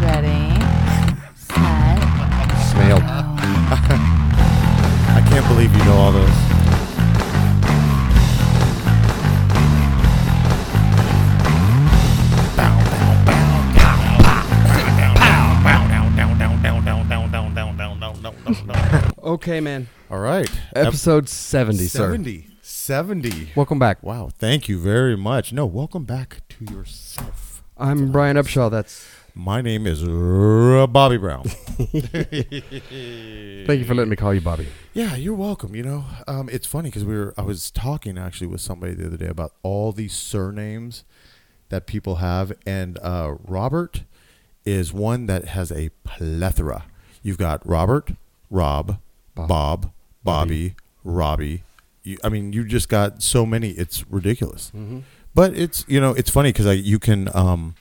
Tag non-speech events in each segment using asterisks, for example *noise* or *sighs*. Ready, set, Snailed. Oh. go. *laughs* I can't believe you know all those. Okay, man. All right. Episode 70, sir. 70. 70. Welcome back. Wow. Thank you very much. No, welcome back to yourself. I'm Brian Upshaw. That's My name is uh, Bobby Brown. Thank you for letting me call you Bobby. Yeah, you're welcome. You know, um, it's funny because we were I was talking actually with somebody the other day about all these surnames that people have, and uh, Robert is one that has a plethora. You've got Robert, Rob, Bob, Bobby, Robbie. You, I mean, you just got so many. It's ridiculous. But it's you know it's funny because you can um,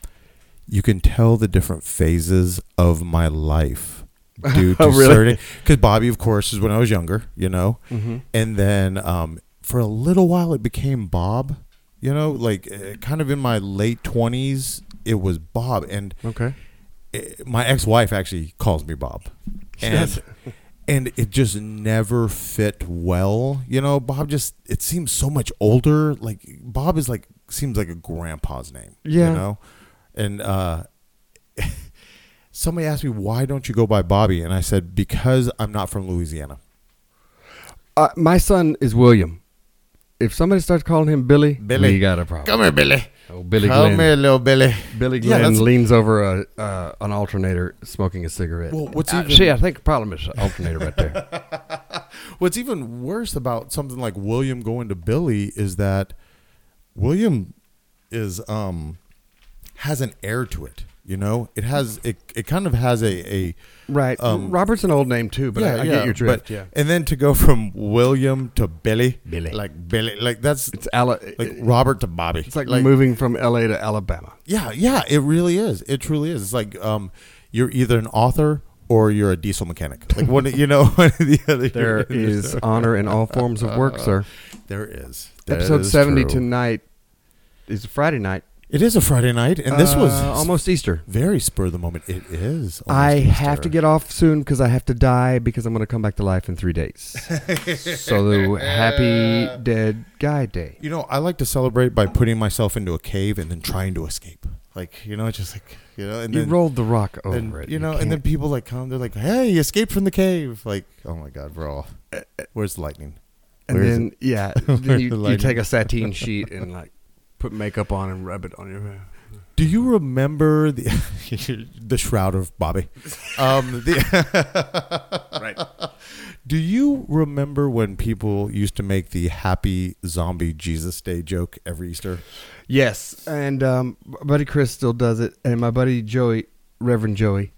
you can tell the different phases of my life due to Oh, *laughs* really? certain because Bobby, of course, is when I was younger, you know, and then um, for a little while it became Bob, you know, like uh, kind of in my late twenties it was Bob, and Okay. uh, my ex-wife actually calls me Bob, and and it just never fit well. You know, Bob just it seems so much older. Like Bob is like seems like a grandpa's name. Yeah. you know, and uh, *laughs* somebody asked me why don't you go by Bobby, and I said because I'm not from Louisiana. Uh, my son is William. If somebody starts calling him Billy, Billy. we got a problem. here, Billy. Oh, Billy Glenn. little Billy. Billy Yeah, Glenn that's- leans over a, uh, an alternator smoking a cigarette. Well, what's Uh, even- See, I think the problem is the alternator right there. What's even worse about something like William going to Billy is that William is um has an air to it. You know, it has it. It kind of has a a. right. Um, Robert's an old name, too, but I, I get your drift. but- yeah. And then to go from William to Billy, Billy. like Billy, like that's It's, Ala- like Robert to Bobby. it's like moving from L.A. to Alabama. Yeah, yeah, it really is. It truly is. It's like um, you're either an author or you're a diesel mechanic. Like one, you know, *laughs* one or the other. *laughs* There is honor in all forms of work, sir. There is. That Episode is 70 true. tonight is Friday night. It is a Friday night, and this was Uh, almost Easter. very spur of the moment. It is. almost I have to Easter. get off soon because I have to die because I'm going to come back to life in three days. so happy dead guy day. You know, I like to celebrate by putting myself into a cave and then trying to escape. Like you know, it's just like you know, and You then rolled the rock over then, it. you know, and then people like come. They're like, "Hey, you escaped from the cave!" Like, oh my God, we're all. Where's the lightning? Uh, and where is then *laughs* yeah, then Where's the you, you lightning? take *laughs* a sateen sheet and like put makeup on and rub it on your hair. Do you remember the *laughs* the shroud of Bobby? Um, the *laughs* Right. Do you remember when people used to make the happy zombie Jesus Day joke every Easter? Yes, and um, b- buddy Chris still does it, and my buddy Joey, Reverend Joey,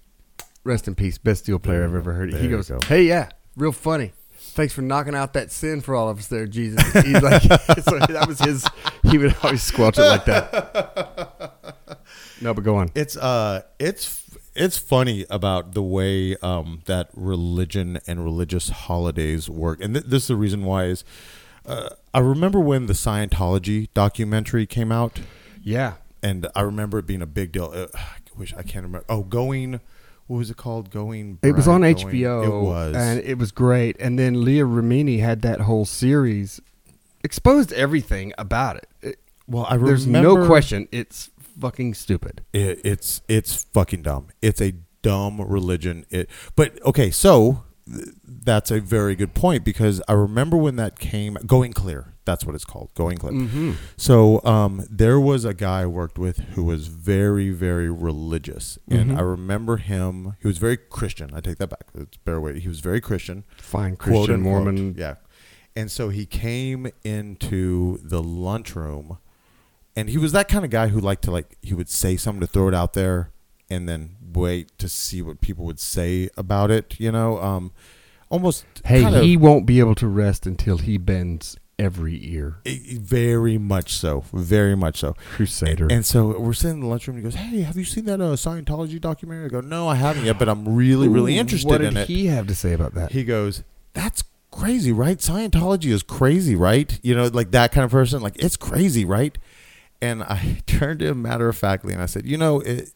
rest in peace, best steel player I've ever heard. There he you goes, go. "Hey, yeah, real funny. Thanks for knocking out that sin for all of us there, Jesus." He's like, *laughs* so that was his. He would always squelch it like that. No, but go on. It's uh, it's it's funny about the way um, that religion and religious holidays work, and th- this is the reason why is. Uh, I remember when the Scientology documentary came out. Yeah, and I remember it being a big deal. Uh, I wish I can't remember. Oh, going. What was it called? Going. it was Bright, on Going- HBO. It was. and it was great. And then Leah Remini had that whole series, exposed everything about it. It- well, I remember. there's no question. It's fucking stupid. It, it's it's fucking dumb. It's a dumb religion. It. But okay, so th- that's a very good point because I remember when that came. Going clear. That's what it's called. Going clear. Mm-hmm. So um, there was a guy I worked with who was very, very religious, and Mm-hmm. I remember him. He was very Christian. I take that back. It's better way. He was very Christian. Fine quote Christian unquote. Mormon. Yeah. And so he came into the lunchroom and he was that kind of guy who liked to like he would say something to throw it out there and then wait to see what people would say about it, you know? Um almost Hey, kind of- he won't be able to rest until he bends every ear. It- e, very much so. Very much so. Crusader. And so we're sitting in the lunchroom. And he goes, "Hey, have you seen that uh, Scientology documentary?" I go, "No, I haven't yet, but I'm really, really Ooh, interested What did in it." he have to say about that? he goes, "That's crazy, right? Scientology is crazy, right? You know, like that kind of person. Like it's crazy, right?" And I *laughs* turned to him matter of factly, and I said, "You know, it,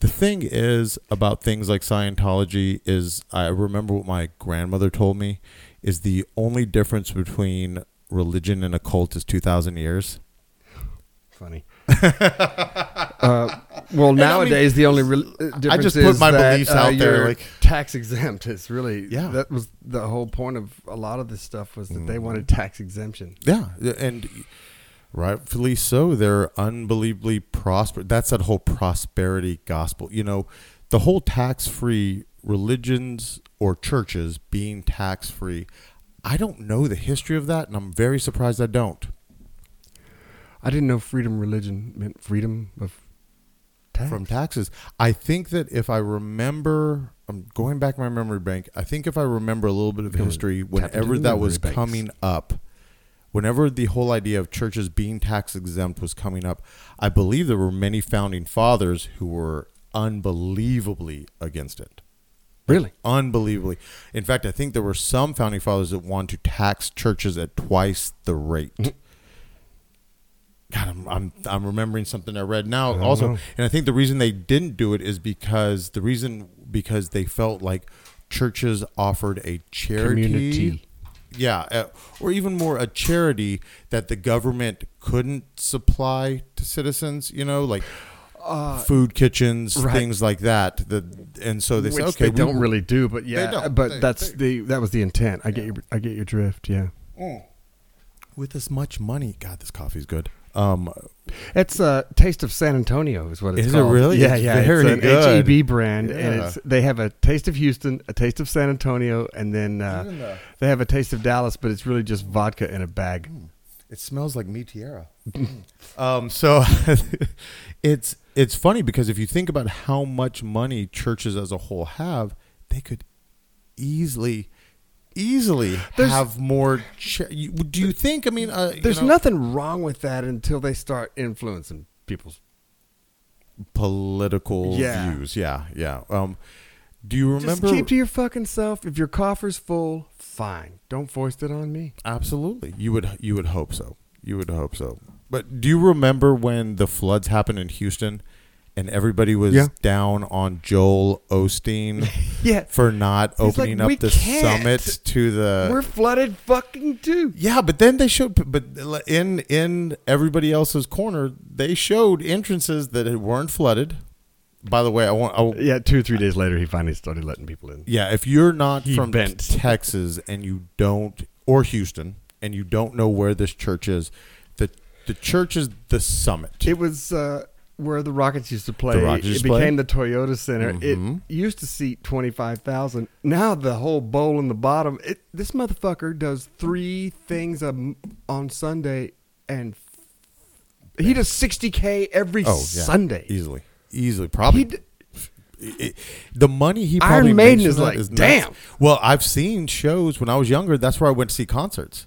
the thing is about things like Scientology is I remember what my grandmother told me is the only difference between religion and a cult is two thousand years." Funny. uh, well, nowadays the only re- uh, difference just put is my that, beliefs uh, out there, you're like- tax exempt is really Yeah. Mm. That was the whole point of a lot of this stuff was that they wanted tax exemption. Yeah, and rightfully so. They're unbelievably prosper. That's that whole prosperity gospel. You know, the whole tax-free religions or churches being tax-free. I don't know the history of that, and I'm very surprised I don't. I didn't know freedom religion meant freedom of tax. from taxes. I think that if I remember, I'm going back to my memory bank. I think if I remember a little bit of Go history, tap into whenever the that memory was banks. coming up, whenever the whole idea of churches being tax exempt was coming up, I believe there were many founding fathers who were unbelievably against it. really? Unbelievably. In fact, I think there were some founding fathers that wanted to tax churches at twice the rate. *laughs* God, I'm, I'm I'm remembering something I read now don't also, know. and I think the reason they didn't do it is because the reason because they felt like churches offered a charity, Community. yeah, uh, or even more a charity that the government couldn't supply to citizens. You know, like food kitchens, Uh, right. things like that. The and so they Which said, okay, they we- don't really do, but yeah, don't. but They- that's they- the that was the intent. I get your I get your drift. Yeah, with as much money. God, this coffee's good. Um, it's a uh, taste of San Antonio is what it's Is it called. really? Yeah, It's yeah. very it's an good. HEB brand, Yeah. and it's they have a taste of Houston, a taste of San Antonio, and then Even uh, the- Hmm. they have a taste of Dallas, but it's really just vodka in a bag. It smells like me Tierra. *clears throat* um, so *laughs* it's it's funny because if you think about how much money churches as a whole have, they could easily easily There's- have more. Cha- you, do you think? I mean, uh, you There's know, nothing wrong with that until they start influencing people's. political Yeah. views. Yeah, yeah. Um, do you remember? Just keep to your fucking self. If your coffer's full, fine. Don't foist it on me. Absolutely, you would you would hope so. You would hope so. But do you remember when the floods happened in Houston, and everybody was Yeah. down on Joel Osteen *laughs* Yeah. for not like, opening "We up the can't. summit to the We're flooded fucking too. yeah, but then they showed, but in in everybody else's corner, they showed entrances that had- weren't flooded. By the way, I want, I, Yeah, two or three days later, he finally started letting people in. yeah, if you're not He from bent. Texas and you don't, or Houston, and you don't know where this church is, the the church is the summit. It was uh, where the Rockets used to play. The Rockets used it to play. became the Toyota Center. Mhm. It used to seat twenty five thousand. Now the whole bowl in the bottom. It, this motherfucker does three things a m on Sunday, and f- he does sixty k every oh, yeah, Sunday. easily, easily, probably. He d- it- the money he Iron probably Maiden makes is from that like, nuts. "Damn." Well, I've seen shows when I was younger. That's where I went to see concerts.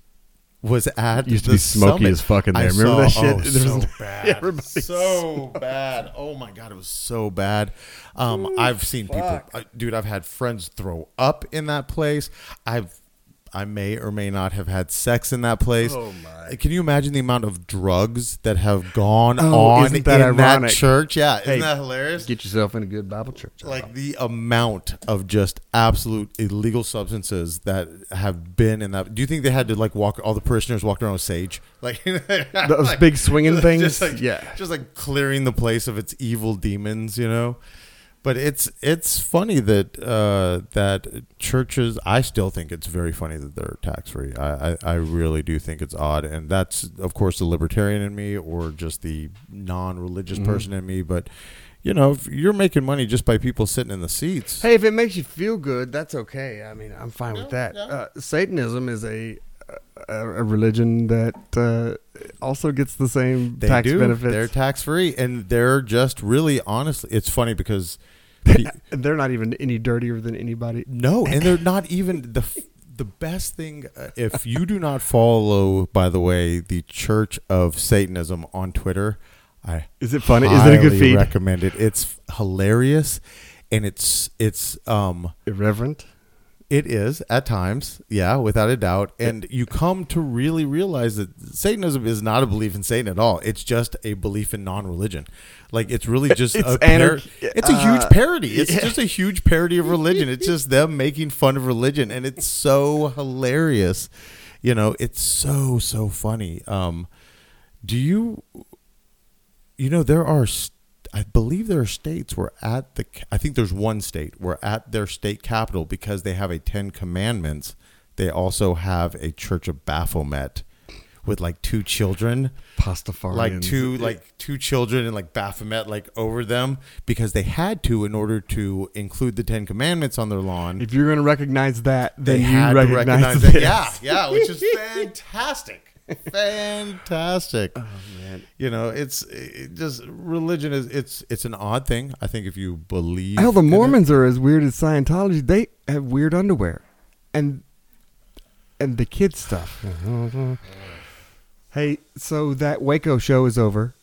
Was at Used to the be smoky summit. as fuck in I there. Remember saw- Oh, that shit? *laughs* There so was- bad. Everybody so bad. Oh my god, it was so bad. Um, I've seen people, I, dude. I've had friends throw up in that place. I've, I may or may not have had sex in that place. Oh, my. Can you imagine the amount of drugs that have gone Oh, on isn't that in that ironic? church? Yeah, isn't Hey, that hilarious? Get yourself in a good Bible church. like the amount of just absolute illegal substances that have been in that. Do you think they had to like walk all the parishioners walked around with sage, like *laughs* those like- big swinging *laughs* just things. like- yeah. just like clearing the place of its evil demons, you know. But it's it's funny that uh, that churches. I still think it's very funny that they're tax free. I, I I really do think it's odd, and that's of course the libertarian in me, or just the non religious Mm-hmm. person in me. But you know, if you're making money just by people sitting in the seats. Hey, if it makes you feel good, that's okay. I mean, I'm fine with that. Uh, Satanism is a, a a religion that uh, also gets the same they tax do. benefits. They're They're, tax free, and they're just really honestly. It's funny *laughs* because. pe- not even any dirtier than anybody. No, and they're not even the f- the best thing uh, if you do not follow, by the way, the Church of Satanism on Twitter, I Is it funny? Is it a good highly feed? Recommend it. It's hilarious, and it's it's um Irreverent. it is at times, yeah, without a doubt. And you come to really realize that Satanism is not a belief in Satan at all. It's just a belief in non-religion. Like it's *laughs* really just It's a par- anarch- it's a huge uh, parody. It's yeah. just a huge parody of religion. It's just them making fun of religion, and it's so hilarious. You know, it's so so funny. Um, do you you know there are s- i believe there are states where at the ca- i think there's one state where at their state capital because they have a 10 commandments they also have a church of baphomet with like two children Pastafarians. like two like two children and like baphomet like over them because they had to in order to include the 10 commandments on their lawn If you're going to recognize that, they then had you recognize, to recognize this. that. Yeah, yeah, which *laughs* is fantastic, fantastic. Oh man, you know, it's it just religion is it's it's an odd thing. I think if you believe, Hell, the in it- Mormons are as weird as Scientology. They have weird underwear, and and the kid stuff. hey, so that Waco show is over.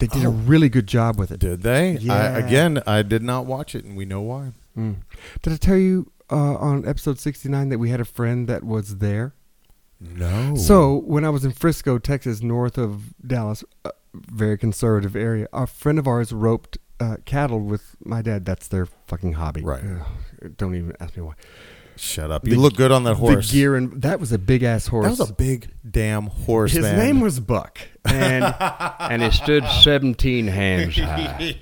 They did a really good job with it. did they? Yeah. I, again, I did not watch it, and we know why. Mm. Did I tell you uh, on episode sixty nine that we had a friend that was there? No. So when I was in Frisco, Texas, north of Dallas, uh, very conservative area, a friend of ours roped uh, cattle with my dad. That's their fucking hobby. Right. Ugh, don't even ask me why. shut up. the- You look good on that horse. The gear and that was a big ass horse. that was a big damn horse. His man. name was Buck, and and he stood seventeen hands *laughs* *laughs*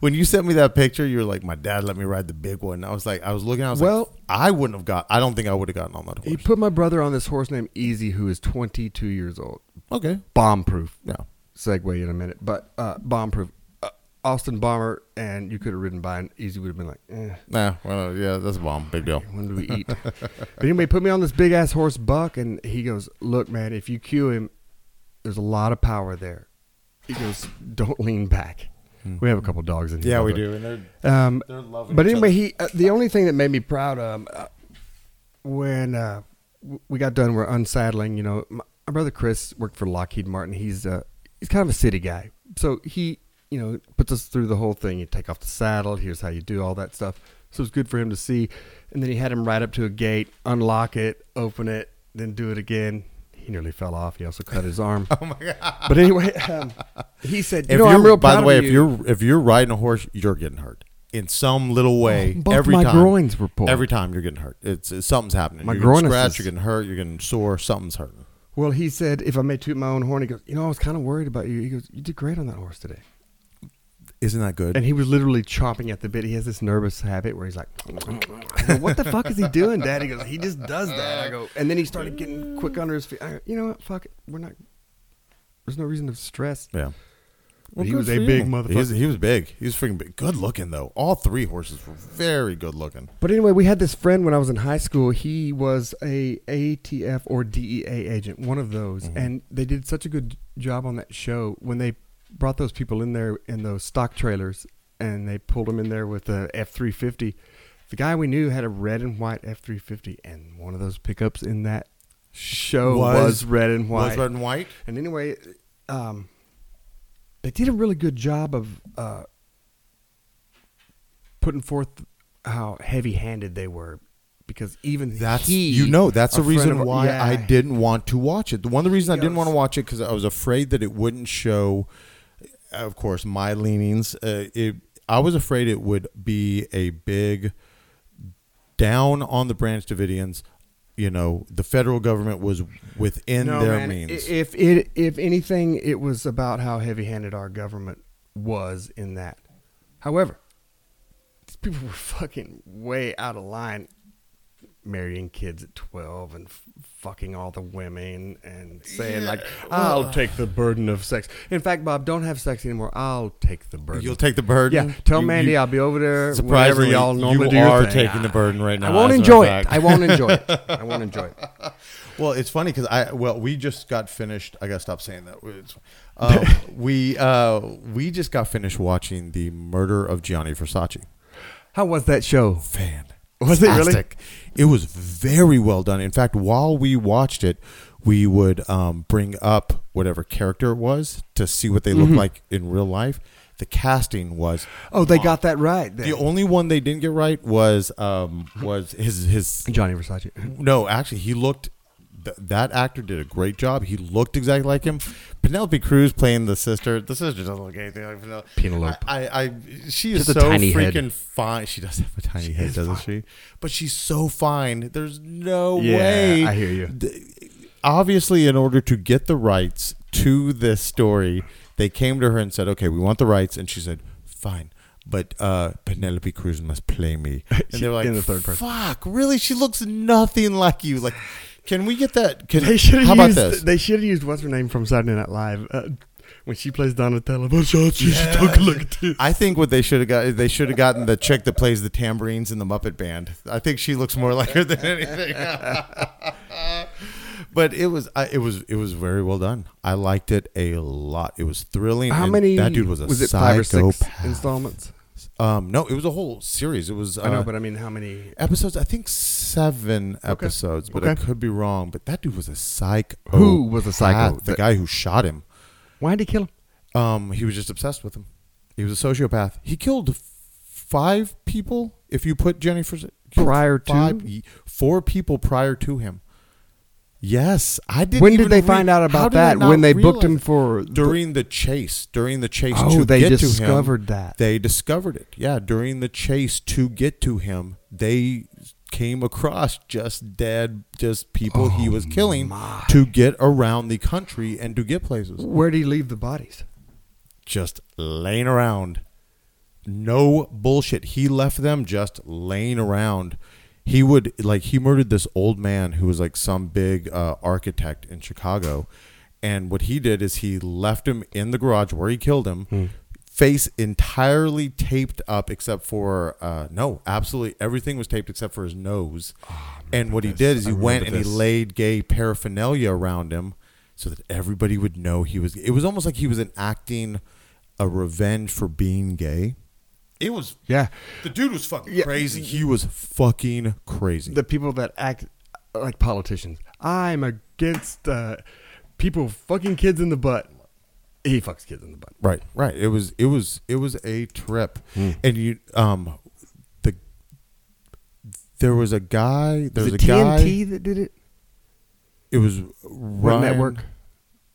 when you sent me that picture, you were like, "My dad let me ride the big one." And I was like, I was looking, I was like, Well- "I wouldn't have got. I don't think I would have gotten on that horse." he put my brother on this horse named Easy, who is twenty two years old. okay, Bomb proof. no, Segue in a minute, but uh, bomb proof. Uh, Austin bomber, and you could have ridden by, and Easy would have been like, eh. Nah, well, yeah, that's a bomb. Big deal. When do we eat? but anyway, put me on this big ass horse buck, and he goes, "Look, man, if you cue him, there's a lot of power there." He goes, "Don't lean back." We have a couple dogs in here. by the way. And they're Um, They're loving but each anyway, other. he uh, the only thing that made me proud um, uh, when uh, w- we got done, we're unsaddling. You know, my, my brother Chris worked for Lockheed Martin. He's uh, he's kind of a city guy, so he you know puts us through the whole thing. You take off the saddle. Here's how you do all that stuff. So it's good for him to see. And then he had him right up to a gate, unlock it, open it, then do it again. He nearly fell off. He also cut *laughs* his arm. oh my god! But anyway, um, he said, "You if know, you're I'm real by proud the way, of if you're if you're riding a horse, you're getting hurt in some little way. Oh, *gasps* both every my time, groins were pulled. Every time you're getting hurt. It's, it's something's happening. My you're getting groin is scratched. just- You're getting hurt. You're getting sore. Something's hurting. Well, he said, if I may toot my own horn, he goes, you know, I was kind of worried about you. He goes, you did great on that horse today. Isn't that good? And he was literally chomping at the bit. He has this nervous habit where he's like, *clears throat* I go, what the fuck is he doing, Dad? He goes, he just does that. I go, and then he started getting quick under his feet. I go, you know what? Fuck it. We're not, there's no reason to stress. yeah. Well, he good was a for big you. motherfucker. He was, he was big. He was freaking big. Good looking though. All three horses were very good looking. But anyway, we had this friend when I was in high school. He was a ATF or DEA agent, one of those, and they did such a good job on that show when they brought those people in there in those stock trailers and they pulled them in there with a F three fifty. The guy we knew had a red and white F three fifty, and one of those pickups in that show was, red and white. Was red and white. And anyway, um, they did a really good job of uh, putting forth how heavy-handed they were, because even That's he, you know that's a the friend reason of- why yeah. I didn't want to watch it. The one of the reasons I didn't Yes. want to watch it because I was afraid that it wouldn't show, uh, of course, my leanings. Uh, it, I was afraid it would be a big down on the Branch Davidians. You know, the federal government was within No, their man, means. i- If it, if anything, it was about how heavy-handed our government was in that. However, these people *laughs* were fucking way out of line. Marrying kids at twelve and f- fucking all the women and saying like, "I'll take the burden of sex." In fact, Bob, don't have sex anymore. I'll take the burden. You'll take the burden. yeah, tell You- Mandy you- I'll be over there. whenever Surprisingly, y'all normally you do your are thing. taking the burden right now, I won't as a enjoy it. fact. I won't *laughs* enjoy it. I won't enjoy it. Well, it's funny because I well we just got finished. I gotta stop saying that. *laughs* It's- Um, we uh, we just got finished watching the murder of Gianni Versace. How was that show? Fantastic. Was it really? fantastic. It was very well done. In fact, while we watched it, we would um, bring up whatever character it was to see what they look like in real life. The casting was Oh, they got that right. Then. the only one they didn't get right was *laughs* um, was his his Johnny Versace. no actually he looked th- that actor did a great job. He looked exactly like him. Penelope Cruz playing the sister. The sister doesn't look anything like Penelope. Penelope. I, I, I she is has a so tiny head. freaking fine. She does have a tiny head, doesn't she? But she's so fine. There's no Yeah, *laughs* way. I hear you. Th- Obviously, in order to get the rights to this story, they came to her and said, "Okay, we want the rights," and she said, "Fine." But uh, Penelope Cruz must *laughs* play me, and She- they're like, in the third person. "Fuck, really? She looks nothing like you. Like, can we get that? Can They should how have about used. this? They should have used what's her name from Saturday Night Live uh, when she plays Donatella. But Oh, she should talk like this. I think what they should have got they should have gotten the chick that plays the tambourines in the Muppet Band. I think she looks more like her than anything. *laughs* but it was I- it was it was very well done. I liked it a lot. It was thrilling. How and many? That dude was a was it five or psychopath. six installments? Um, no, it was a whole series. It was uh, I know, but I mean, how many? episodes. I think seven episodes, but I Okay. could be wrong. But that dude was a psycho. Who was a psycho? The guy who shot him. Why did he kill him? Um, he was just obsessed with him. He was a sociopath. He killed f- five people. If you put Jennifer killed Prior to? y- four people prior to him. Yes, I didn't. When did even they rea- find out How about did I that? not When they booked realize him it? for the- during the chase. During the chase. Oh, to they get discovered to him, that. They discovered it. Yeah, during the chase to get to him, they came across just dead, just people Oh he was killing to get around the country and to get places Where did he leave the bodies? just laying around. No bullshit. He left them just laying around. He would like he murdered this old man who was like some big uh, architect in Chicago, and what he did is he left him in the garage where he killed him, Hmm. face entirely taped up except for uh, no, absolutely everything was taped except for his nose. and what he Ah, this. did is I he went and remember he this. laid laid gay paraphernalia around him so that everybody would know he was it was almost like he was enacting a revenge for being gay it was Yeah, the dude was fucking Yeah. crazy he was fucking crazy the people that act uh, like politicians. I'm against uh, people fucking kids in the butt. He fucks kids in the butt. right right it was it was it was a trip Hmm. and you um the there was a guy there Was was it a guy TNT that did it? it was What Ryan, network?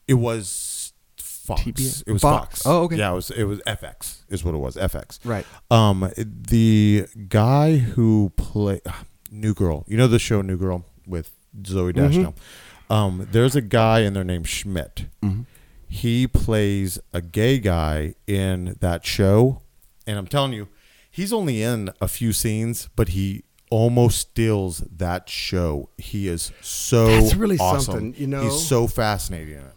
It was Fox. TBS? It was Fox. Fox. Oh, okay. Yeah, it was it was FX is what it was. FX. Right. Um, the guy who play *sighs* New Girl. You know the show New Girl with Zoe Mm-hmm. Deschanel. Um, there's a guy in there named Schmidt. Mm-hmm. He plays a gay guy in that show, and I'm telling you, he's only in a few scenes, but he almost steals that show. He is so That's really awesome. something, you know? He's so fascinating in it.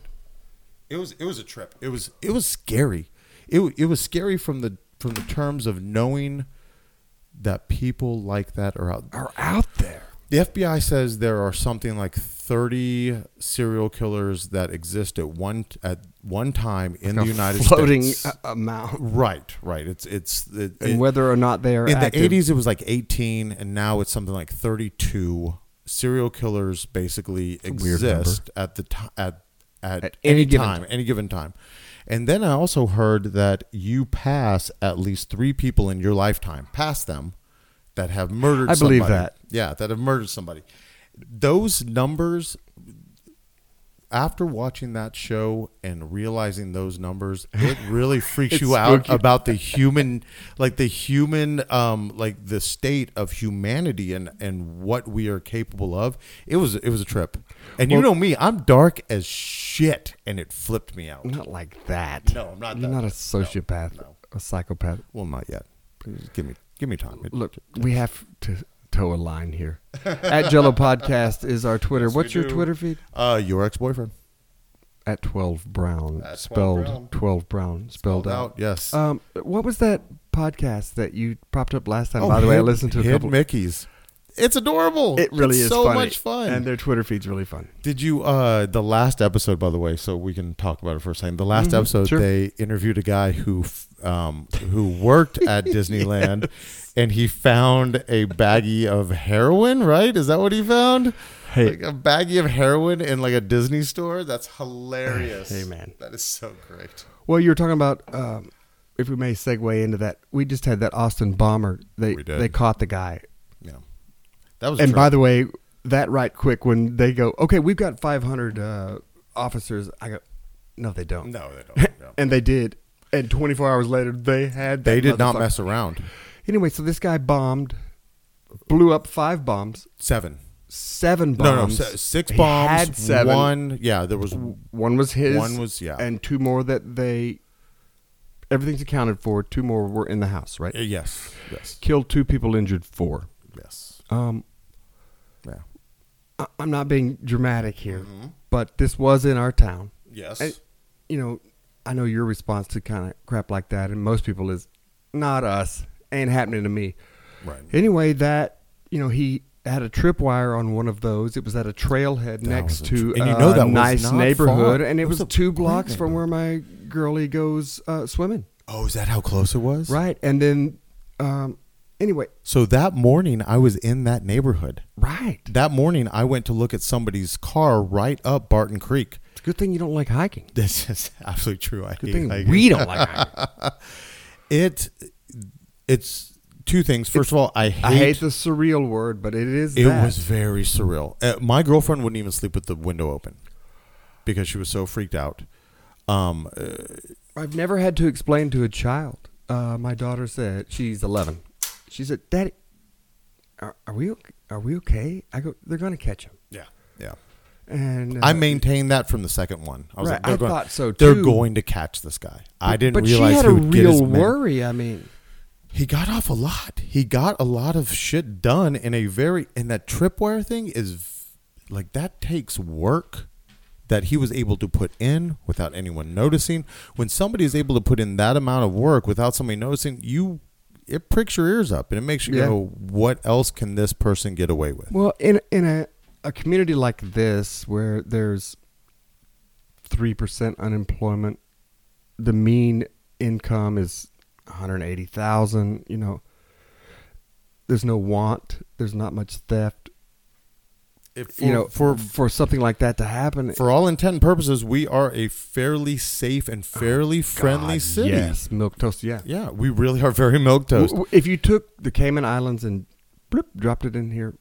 It was it was a trip. It was it was scary. It w- it was scary from the from the terms of knowing that people like that are out. Are out there. The FBI says there are something like 30 serial killers that exist at one at one time in the United floating States. a- amount. right, right. It's it's it, And it- whether or not they are in active. the 80s it was like 18 and now it's something like 32 serial killers basically exist at the time at, at, At any any, given time any given time and then i also heard that you pass at least three people in your lifetime past them that have murdered I believe somebody. that. yeah that have murdered somebody those numbers after watching that show and realizing those numbers, *laughs* it really freaks you out about the human, like the human, um, like the state of humanity and and what we are capable of. It was it was a trip, and you know me, I'm dark as shit, and it flipped me out. Not like that. No, I'm not You're that- not a sociopath, no. a psychopath. Well, not yet. Please give me give me time. It- *laughs* Look, we have to toe a line here. At Jello Podcast is our Twitter. Yes, we What's your do. Twitter feed? uh, your ex boyfriend At twelve brown, At 12 spelled Brown. twelve brown, spelled, out. Yes. Um, what was that podcast that you propped up last Oh, time? By the way, I Hid- listened to a Hid couple. Mickey's. It's adorable. It really It's is so funny. much fun, and their Twitter feed's really fun. Did you uh the last episode by the way so we can talk about it for a second. The last Mhm, episode *laughs* sure. they interviewed a guy who f- um who worked at Disneyland and he found a baggie of heroin, right? Is that what he found? Hey. Like a baggie of heroin in like a Disney store? That's hilarious. Hey, man. That is so great. Well, you were talking about, um, if we may segue into that, we just had that Austin bomber. They We did. they caught the guy, Yeah. That was a and trip. by the way, that right quick when they go, okay, we've got 500 uh, officers. I go, no, they don't. *laughs* No, they *laughs* don't. no. and they did. And 24 hours later, they had. That they did not motherfucker. mess around. Anyway, so this guy bombed, blew up five bombs, Seven. seven No, no, bombs. se- six He bombs. had seven. One, yeah, there was One was his. One was- yeah. And two more that they. Everything's accounted for. Two more were in the house, right? yes, yes, Killed two people, injured four. yes, Um, yeah, I- I'm not being dramatic here, but this was in our town. Mm-hmm. yes. I- you know, I know your response to kind of crap like that, and most people is not us. Ain't happening to me. Right. Anyway, that you know he had a tripwire on one of those. It was at a trailhead next was a to tr- and you uh, know that a was nice not neighborhood, far. and it, It was was, a two great blocks from where my girlie goes uh, swimming. oh, is that how close it was? Right, and then um, anyway, So that morning, I was in that neighborhood. right. That morning, I went to look at somebody's car right up Barton Creek. *laughs* It's a good thing you don't like hiking. This is absolutely true. I Good hate thing hiking. we don't *laughs* like hiking. it. It's two things. First of all, I hate. I hate the surreal word, but it is. it that. was very surreal. Uh, my girlfriend wouldn't even sleep with the window open because she was so freaked out. Um, I've never had to explain to a child. Uh, my daughter said she's 11. She said, "Daddy, are, are we ok- are we okay?" I go, "They're gonna catch him." yeah, yeah. And uh, I maintained that from the second one. I was Right, like, they're I going, thought so, They're too. going to catch this guy. I didn't But realize she had he a would get as real many- worry. I mean, He got off a lot. He got a lot of shit done in a very and that tripwire thing is v- like that takes work that he was able to put in without anyone noticing. When somebody is able to put in that amount of work without somebody noticing, you it pricks your ears up and it makes you Yeah. go, what else can this person get away with? well, in in a a community like this where there's three percent unemployment, the mean income is 180,000. You know, there's no want. There's not much theft. If for, you know, for for for something like that to happen. for all intent and purposes, we are a fairly safe and fairly friendly city. Oh, Yes, milk toast. Yeah. Yeah, we really are very milk W- toast. w- If you took the Cayman Islands and bloop, dropped it in here,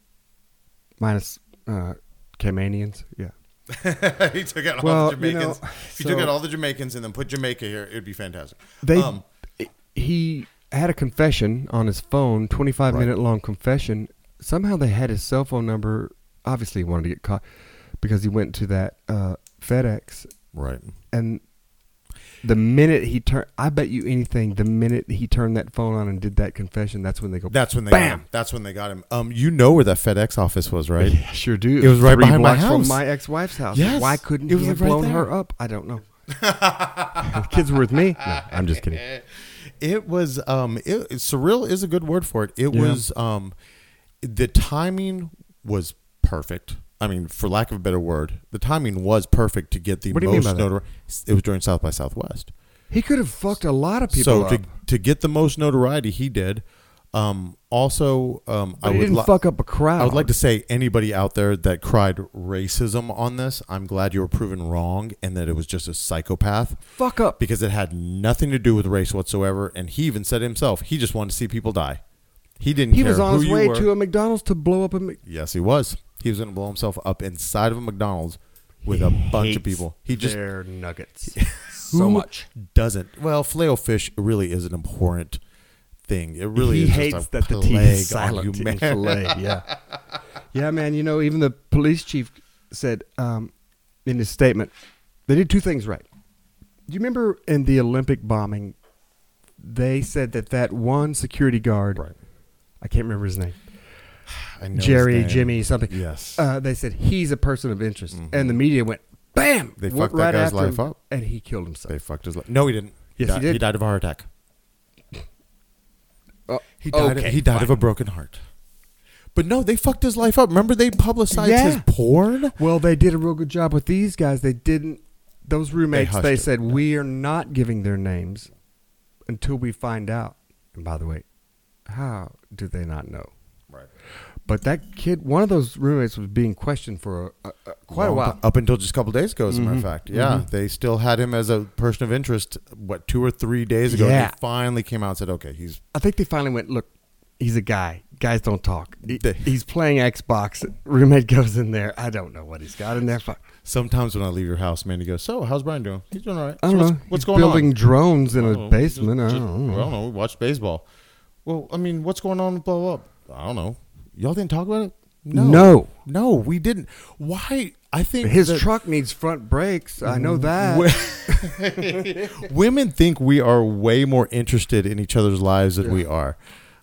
minus uh, Caymanians, yeah. *laughs* he took out all Well, the you know, Jamaicans. if you took so- out all the Jamaicans and then put Jamaica here, it'd be fantastic. They um, he had a confession on his phone, twenty five Right. minute long confession. Somehow they had his cell phone number. Obviously, he wanted to get caught because he went to that uh, FedEx right. and. The minute he turned, I bet you anything. The minute he turned that phone on and did that confession, that's when they go. That's when they Got bam. him. That's when they got him. Um, you know where that FedEx office was, right? *laughs* Yeah, sure do. It was right Three behind my blocks house. From my ex-wife's house. Yes. Why couldn't It was he have right blown there. her up? I don't *laughs* know. *laughs* The kids were with me. No, I'm just kidding. It was um it, surreal is a good word for it. It Yeah. was um the timing was perfect. I mean, for lack of a better word, the timing was perfect to get the What do you mean most by that? notoriety. It was during South by Southwest. He could have fucked a lot of people so up. to to get the most notoriety, he did. Um, also, um, I But he would didn't li- fuck up a crowd. I would like to say anybody out there that cried racism on this, I'm glad you were proven wrong and that it was just a psychopath fuck up. because it had nothing to do with race whatsoever. And he even said himself, he just wanted to see people die. He didn't. he care was on who his you way were. to a McDonald's to blow up a. Mc- Yes, he was. He was going to blow himself up inside of a McDonald's with a bunch of people. He just their *laughs* nuggets Who so much. doesn't. Well, flail fish really is an abhorrent thing. It really he is hates just a that the plague T is on silent in *laughs* humanity. filet. Yeah, yeah, man. You know, even the police chief said um, in his statement, they did two things right. Do you remember in the Olympic bombing, they said that that one security guard, Right. I can't remember his name, I know his Jerry, name. Jimmy, something. Yes. Mm-hmm. Uh, they said he's a person of interest, and the media went, bam, They went fucked that guy's after life him, up. and he killed himself. They fucked his life. No, he didn't. Yes, he died, did. He died of a heart attack. Uh, He died. okay, he died fine. of a broken heart. But no, they fucked his life up. Remember, they publicized Yeah. his porn. *laughs* Well, they did a real good job with these guys. They didn't. Those roommates. hushed They, it, said we are not giving their names until we find out. And by the way, How do they not know? Right. But that kid, one of those roommates was being questioned for a, a, a, quite a Long while. ti- Up until just a couple days ago, as a matter of Mhm. fact. Yeah. Mhm. They still had him as a person of interest, what, two or three days ago. Yeah. And they finally came out and said, okay, he's. I think they finally went, look, he's a guy. Guys don't talk. He- They- *laughs* he's playing Xbox. Roommate goes in there. I don't know what he's got in there. Fuck. Sometimes when I leave your house, man, you go, so how's Brian doing? He's doing all right. I "So don't what's, know. What's He's going building on? drones in "I don't a know, just- basement. I just- don't know. I don't know. We watched baseball. Well, I mean, what's going on? Blah, blah, blah. I don't know. Y'all didn't talk about it? No. No, we didn't. Why? I think His that- *laughs* Mm, truck needs front brakes. I know that. *laughs* women think we are way more interested in each other's lives than we are.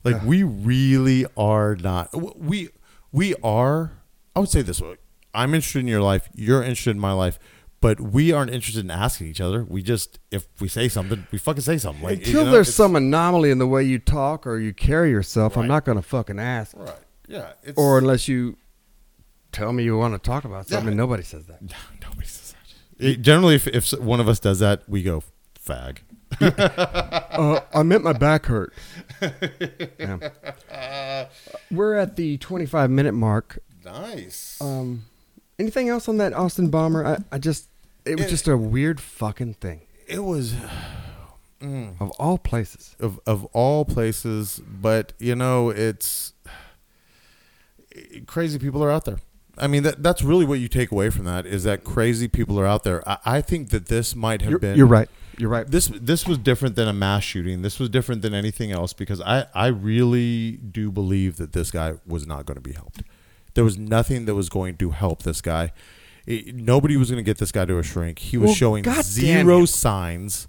Like we really are not. w- We we are. I would say this way: I'm interested in your life. You're interested in my life. But we aren't interested in asking each other. We just, if we say something, we fucking say something. Like, Until you know, there's it's- some anomaly in the way you talk or you carry yourself, Right. I'm not going to fucking ask. right? Yeah. It's, Or *sighs* unless you tell me you want to talk about something. Yeah. Nobody says that. nobody says that. It- generally, if if one of us does that, we go fag. uh, I meant my *laughs* back hurt. Yeah. We're at the 25 minute mark. Nice. Um, anything else on that Austin bomber? I, I just, it was just a weird fucking thing. it was. uh, Mm-hmm. Of all places, of of all places. But you know, it's *sighs* crazy people are out there. I mean, that that's really what you take away from that is that crazy people are out there. I, I think that this might have you're, been. you're right. You're right. This this was different than a mass shooting. This was different than anything else because I I really do believe that this guy was not going to be helped. There was nothing that was going to help this guy. It- nobody was going to get this guy to a shrink. He was Well, showing goddamn zero him. signs.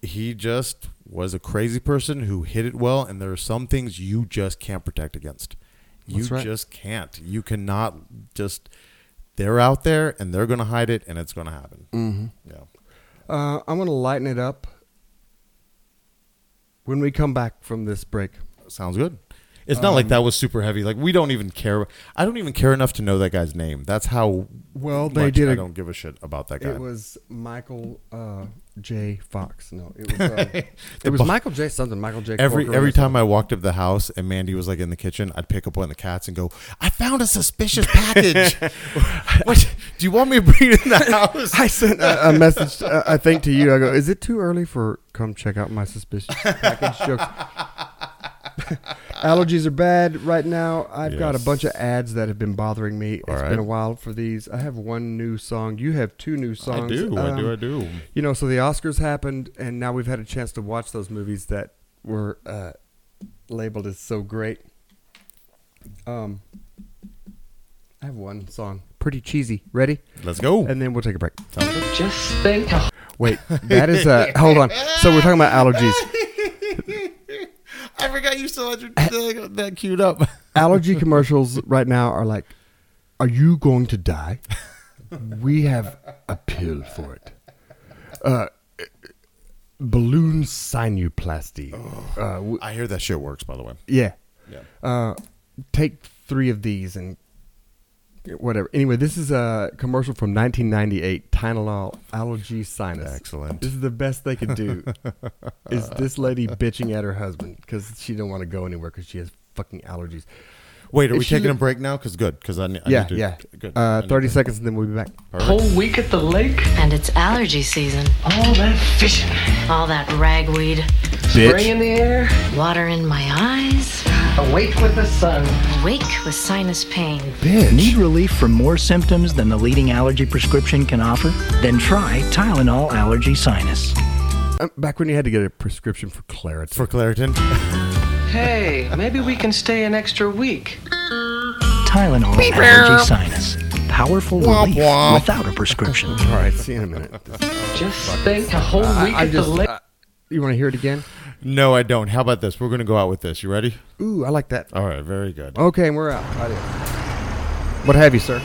He just was a crazy person who hit it well, and there are some things you just can't protect against. You That's right. just can't. You cannot just. They're out there, and they're going to hide it, and it's going to happen. Mm-hmm. Yeah. Uh, I'm going to lighten it up when we come back from this break. Sounds good. It's not like that was super heavy. Like we don't even care. I don't even care enough to know that guy's name. That's how Well, they much did I a- don't give a shit about that guy. *laughs* It was Michael uh, J. Fox. No, *laughs* it was. Um, it The was bo- Michael J. Something. Michael J. every Corcoran or every time I walked up the house and Mandy was like in the kitchen, I'd pick up one of the cats and go, "I found a suspicious *laughs* package. what do you want me to bring it in the house?" I sent a, a message, uh, I think, to you. I go, is it too early for come check out my suspicious package jokes? *laughs* Allergies are bad right now. I've got a Yes. bunch of ads that have been bothering me. It's All right. been a while for these. I have one new song. You have two new songs. Um, do. You know, so the Oscars happened, and now we've had a chance to watch those movies that were uh, labeled as so great. Um, I have one song, pretty cheesy. Ready? Let's go. And then we'll take a break. Just think how *laughs* Wait, that is *laughs* a hold on. So we're talking about allergies. I forgot you still had your, that, that queued up. *laughs* Allergy commercials right now are like, "Are you going to die? We have a pill for it." Uh, balloon sinuplasty. Oh. Uh, w- I hear that shit works. By the way. yeah. Yeah. Uh, take three of these and whatever. Anyway, this is a commercial from 1998. Tylenol allergy sinus. Excellent. This is the best they *laughs* could do. is this lady bitching at her husband because she don't want to go anywhere because she has fucking allergies? Wait, are If we she taking a li- break now? Because good, because I, ne- I yeah, need to. yeah. Good. I Uh, need Thirty to- seconds and then we'll be back. whole week at the lake, And it's allergy season. all that fishing, All that ragweed, spray in the air, water in my eyes, awake with the sun. awake with sinus pain. Need relief from more symptoms than the leading allergy prescription can offer? Then try Tylenol Allergy Sinus. Uh, back when you had to get a prescription for Claritin. for Claritin. Hey, maybe we can stay an extra week. Tylenol Allergy Sinus. Powerful relief without a prescription. All right, see you in a minute. *laughs* Just think a whole week I at the just. lake. uh, you want to hear it again? No, I don't. How about this? We're gonna go out with this. You ready? Ooh, I like that. All right, very good. Okay, and we're out. Adios. What have you, sir?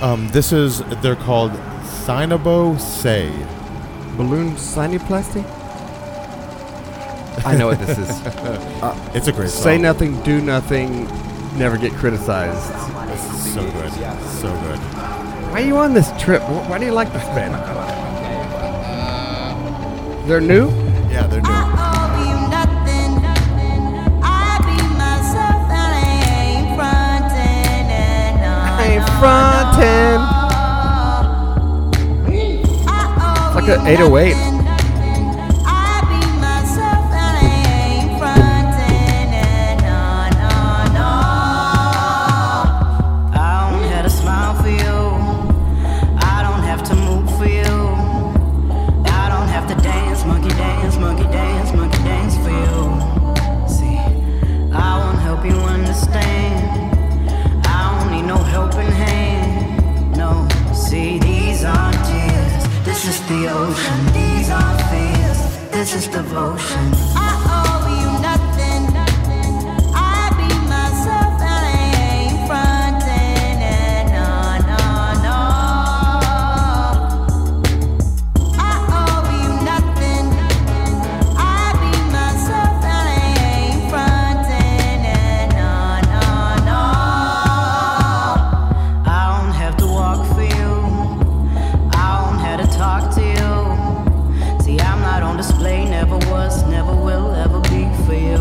Um, this is they're called Sinabo Say. Balloon sinuplasty? I know what this is. It's a great *laughs* Say song. nothing, do nothing, never get criticized. So good, so good. Why are you on this trip? Wh- Why do you like this band? They're new? Yeah, they're new. I owe you nothing. I be frontin'. It's like a 808. Monkey dance, monkey dance, monkey dance for you. See, I won't help you understand. I don't need no helping hand. No, see, these aren't tears. This is the ocean. These are fears. This is devotion. I owe you nothing. I be myself and I ain't fronting it. No, no, no. I owe you nothing. I be myself and I ain't fronting it. No, no, no. I don't have to walk for you. I don't have to talk to you. See, I'm not on display, never was, never will ever be for you.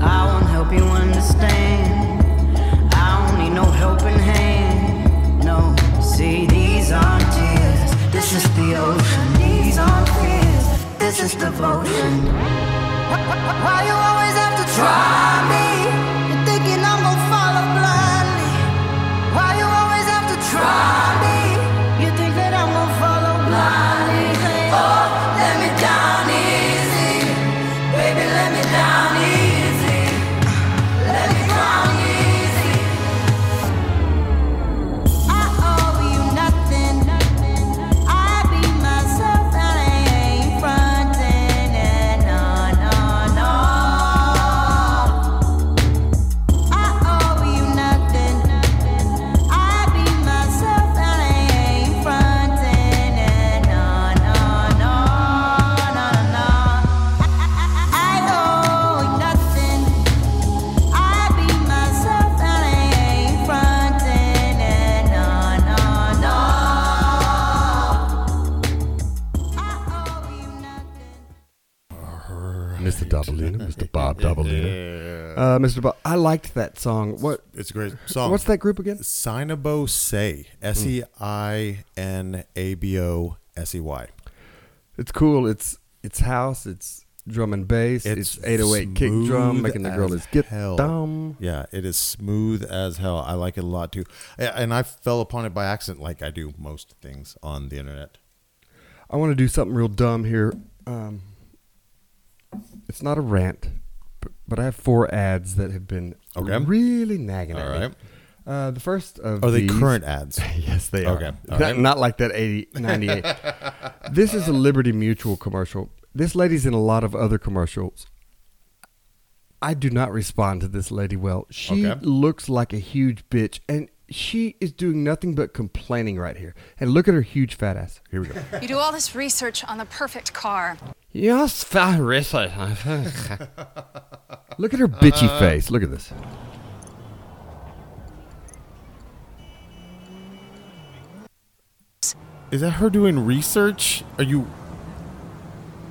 I won't help you understand. I don't need no helping hand. No, see, these aren't tears. This is the ocean. These aren't fears. This is devotion. Why you always have to try me? You're thinking I'm gonna follow blindly. Why you always have to try me? You think that I'm gonna follow blindly? Oh, let me down easy, baby, let me down easy, let me down easy. I owe you nothing. I be myself and I ain't frontin' it. No, no, no. I owe you nothing. I be myself and I ain't frontin' it. No, no, no, no, no. I owe nothing. I be myself and I ain't frontin' it. No, no, no. I owe you nothing. Mr. Dabalina, Mr. *laughs* Bob Dabalina. Uh, Mr. Bob, I liked that song. What? It's a great song. What's that group again? Sinabo Say. S E I N A B O S E Y. It's cool. It's it's house. It's drum and bass. It's, 808 kick drum, smooth making the as girlies get hell. dumb. Yeah, it is smooth as hell. I like it a lot too. A- And I fell upon it by accident, like I do most things on the internet. I want to do something real dumb here. Um, it's not a rant, but, but I have four ads that have been Okay. really nagging All at me. right. Uh, the first of Are they these- current *laughs* ads? *laughs* Yes, they Okay, are. all *laughs* Not, right. not like that 80, *laughs* 98. this is a Liberty Mutual commercial. This lady's in a lot of other commercials. I do not respond to this lady well. She Okay. looks like a huge bitch, and she is doing nothing but complaining right here. And look at her huge fat ass. *laughs* Here we go. You do all this research on the perfect car. yes, fat research. *laughs* look at her bitchy Uh, face. Look at this. Is that her doing research? Are you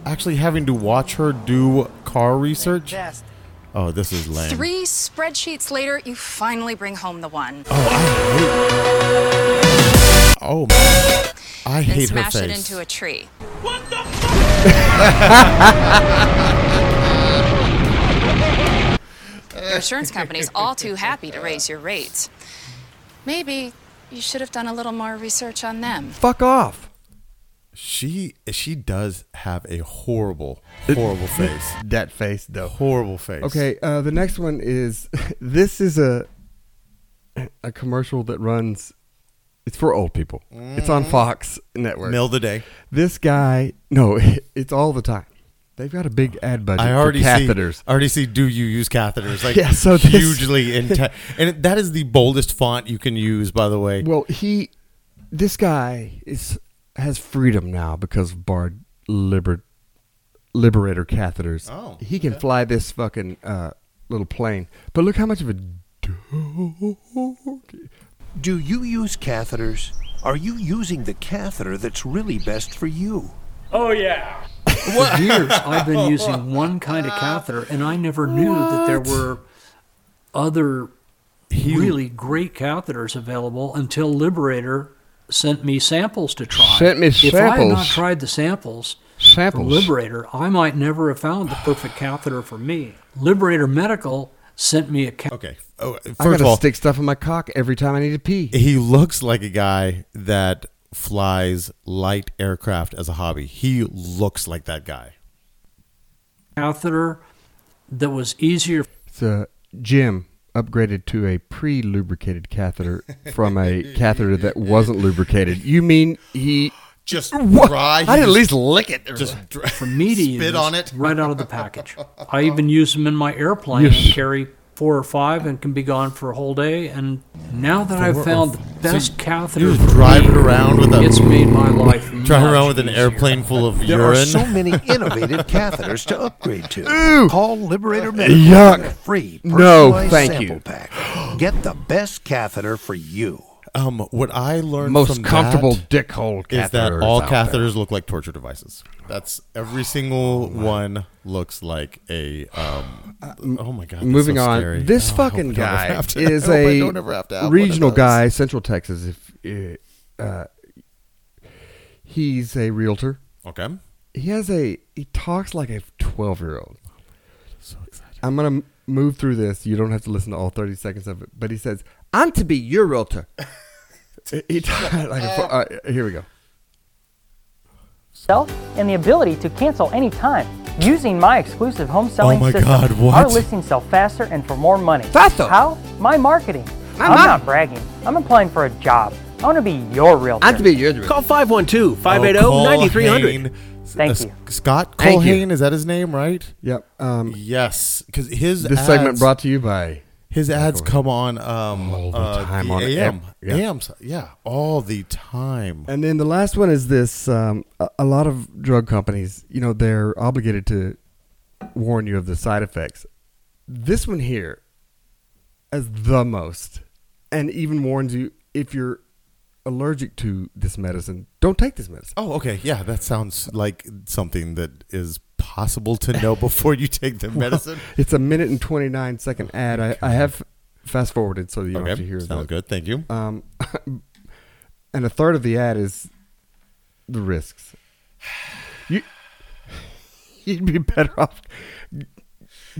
actually having to watch her do car research? Oh, this is lame. Three spreadsheets later, you finally bring home the one. Oh, man. I and hate her smash face. it into a tree. *laughs* Your insurance company's all too happy to raise your rates. Maybe you should have done a little more research on them. Fuck off. she she does have a horrible, horrible face. That face, though. Horrible face. Okay, uh, the next one is *laughs* this is a a commercial that runs. It's for old people. It's Mm-hmm. on Fox Network. Mill the day. This guy, no, *laughs* it's all the time. They've got a big ad budget. I for already catheters. see. I already see. Do you use catheters? Like *laughs* Yeah, so this- hugely intense, and that is the boldest font you can use. By the way, Well, he, this guy is has freedom now because of Bard Liber, Liberator catheters. Oh, he can fly this fucking uh, little plane. But look how much of a dork Do you use catheters? Are you using the catheter that's really best for you? For years, I've been using one kind of catheter, and I never knew that there were other He- really great catheters available until Liberator sent me samples to try. Sent me If I had not samples. tried the samples, Samples. from Liberator, I might never have found the perfect catheter for me. Liberator Medical sent me a catheter. Okay. Oh, first I gotta of all- stick stuff in my cock every time I need to pee. He looks like a guy that flies light aircraft as a hobby. He looks like that guy. catheter that was easier It's a Jim upgraded to a pre-lubricated catheter *laughs* from a catheter that wasn't lubricated. You mean he just dry, I'd he at just- least lick it. or- Just dry- for me to use on it. right out of the *laughs* package. I even use them in my airplane Yes. and carry four or five and can be gone for a whole day. And now that I've Four or found f- the best so catheter, You for just drive me, it around with a. it's made my life. Drive much around with an easier. airplane full of There urine. are so many *laughs* innovative catheters to upgrade to. Call Liberator Medical Yuck. for their free Uh, No, personalized thank sample you. pack. Get the best catheter for you. Um, what I learned Most from comfortable that dick hole is that catheters all out there. catheters look like torture devices. That's every single one looks like a. Um, oh my god! that's Moving so on, scary. Oh, this I hope fucking I don't ever guy have to- Oh *laughs* is I hope I a don't ever have to have one of regional those. guy, Central Texas. If uh, uh, he's a realtor, Okay. he has a he talks like a twelve year old. I'm gonna m- move through this. You don't have to listen to all 30 seconds of it. But he says, "I'm to be *laughs* your realtor." he talks like a, fo- uh, here we go. Self and the ability to cancel anytime using my exclusive home selling Oh my system. God, what? Our listings sell faster and for more money. Faster. How? My marketing. My I'm mar- not bragging. I'm applying for a job. I want to be your realtor. I'm to be your Call 512 Oh, 580 Cole 9300. Hain. S- Thank uh, S- you. Scott Thank you. Colhane, is that his name, right? Yep. Um, yes, because his This segment ads- brought to you by his ads come on um All the uh, time on AM, ev- yeah. AM, yeah, all the time. And then the last one is this: um, a, a lot of drug companies, you know, they're obligated to warn you of the side effects. This one here, as the most, and even warns you if you're allergic to this medicine, don't take this medicine. Oh, okay, yeah, that sounds like something that is possible to *laughs* know before you take the medicine. It's a minute and twenty nine second ad. I, I have fast forwarded so you don't Okay, have to hear. sounds the- good. Thank you. Um, and a third of the ad is the risks. You you'd be better off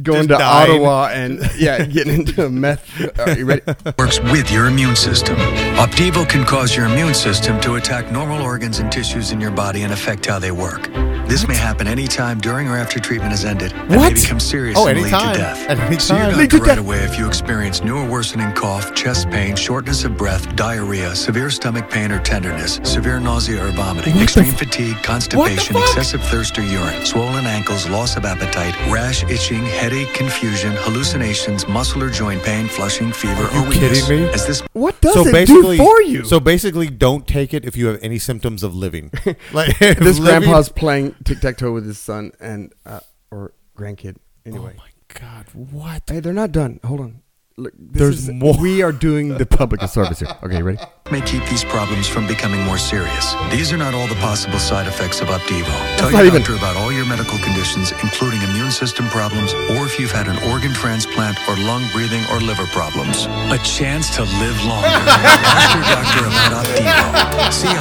going Just to dying. Ottawa and *laughs* yeah, getting into a meth. Are you ready? Works with your immune system. Opdivo can cause your immune system to attack normal organs and tissues in your body and affect how they work. This may happen anytime during or after treatment has ended and What? may become serious Oh, and lead to anytime. death. At any See your time. doctor Lead to right death. away if you experience new or worsening cough, chest pain, shortness of breath, diarrhea, severe stomach pain or tenderness, severe nausea or vomiting, extreme fatigue, constipation, excessive thirst or urine, swollen ankles, loss of appetite, rash, itching, headache, confusion, hallucinations, muscle or joint pain, flushing, fever, you or weakness. kidding me? As this What does so it basically, do for you? So basically, don't take it if you have any symptoms of *laughs* living. Like *laughs* this living- grandpa's playing tic tac toe with his son and uh, or grandkid. Anyway, Oh God, what? hey, they're not done. Hold on. Look, this There's is- more. We are doing the public a service here. *laughs* Okay, you ready? may keep these problems from becoming more serious. These are not all the possible side effects of Opdivo. Tell not your even- doctor about all your medical conditions, including immune system problems, or if you've had an organ transplant or lung breathing or liver problems. A chance to live longer. *laughs* Ask your doctor about Opdivo. See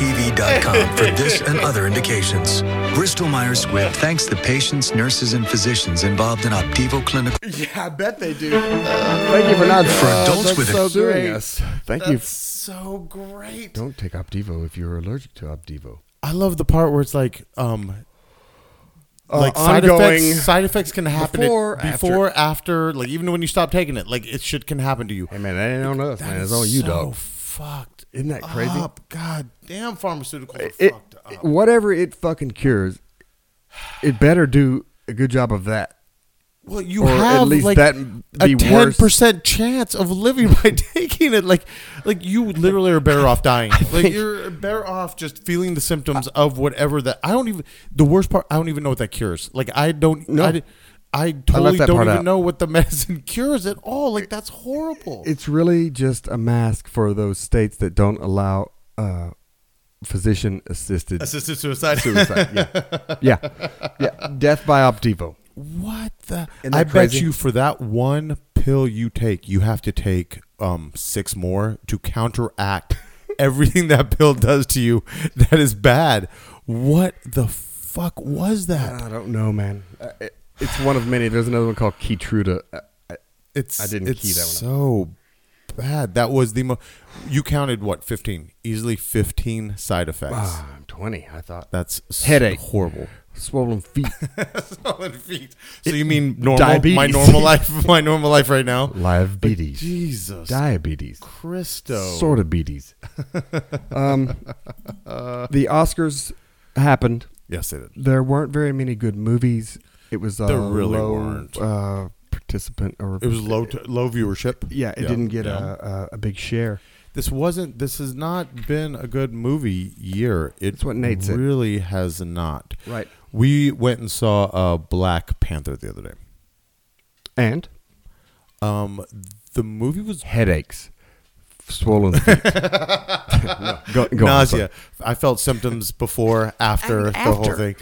OpdivoTV.com for this and other indications. Bristol Myers Squibb thanks the patients, nurses, and physicians involved in Opdivo clinical. *laughs* Yeah, I bet they do. Thank you for not uh, For adults that's with so a- suing us. Thank you. so great. Don't take Opdivo if you're allergic to Opdivo. I love the part where it's like, um, Uh, like side ongoing, effects. Side effects can happen before, before, at, before, after. like even when you stop taking it, like it shit can happen to you. Hey man, that ain't on us, That man. is It's on you, so dog. Fucked. Isn't that crazy? Up. God damn, pharmaceuticals are It, fucked up. it- whatever it fucking cures, it better do a good job of that. Well, you or have at least like that a be ten worse. percent chance of living *laughs* by taking it. Like, like you literally are better off *laughs* dying. Like you're better off just feeling the symptoms of whatever that. I don't even. The worst part, I don't even know what that cures. Like I don't. No. I, I totally that don't part even out. know what the *laughs* medicine cures at all. Like that's horrible. It's really just a mask for those states that don't allow uh, physician assisted Assisted suicide. Suicide. *laughs* Yeah. yeah. Yeah. Death by Opdivo. what the? Isn't that I bet crazy? you for that one pill pill you take, you have to take um, six more to *laughs* counteract everything that pill does to you that is bad. What the fuck was that? I don't know, man. Uh, it- it's one of many. There's another one called Uh, Keytruda. I, I, It's I didn't it's key that one. up. So bad. That was the most. You counted what? Fifteen. Easily fifteen side effects. Ah, 20, I thought. That's s- *laughs* Headache. Horrible. Swollen feet. Swollen feet. So you mean normal? My *laughs* Diabetes. normal life. My normal life right now. Live beaties. Jesus. Diabetes. Christo. Sort of beaties. um, the Oscars happened. Yes, they did. There weren't very many good movies. It was uh, There really low, weren't. Uh, participant or It was low t- low viewership. Yeah, it didn't get uh, a, a, a big share. This wasn't. This has not been a good movie year. It That's what Nate said. really has not. Right. We went and saw uh, Black Panther the other day. And Um, the movie was headaches, swollen *laughs* feet, *laughs* go- go on, nausea. I felt symptoms *laughs* before, after And the whole after. thing.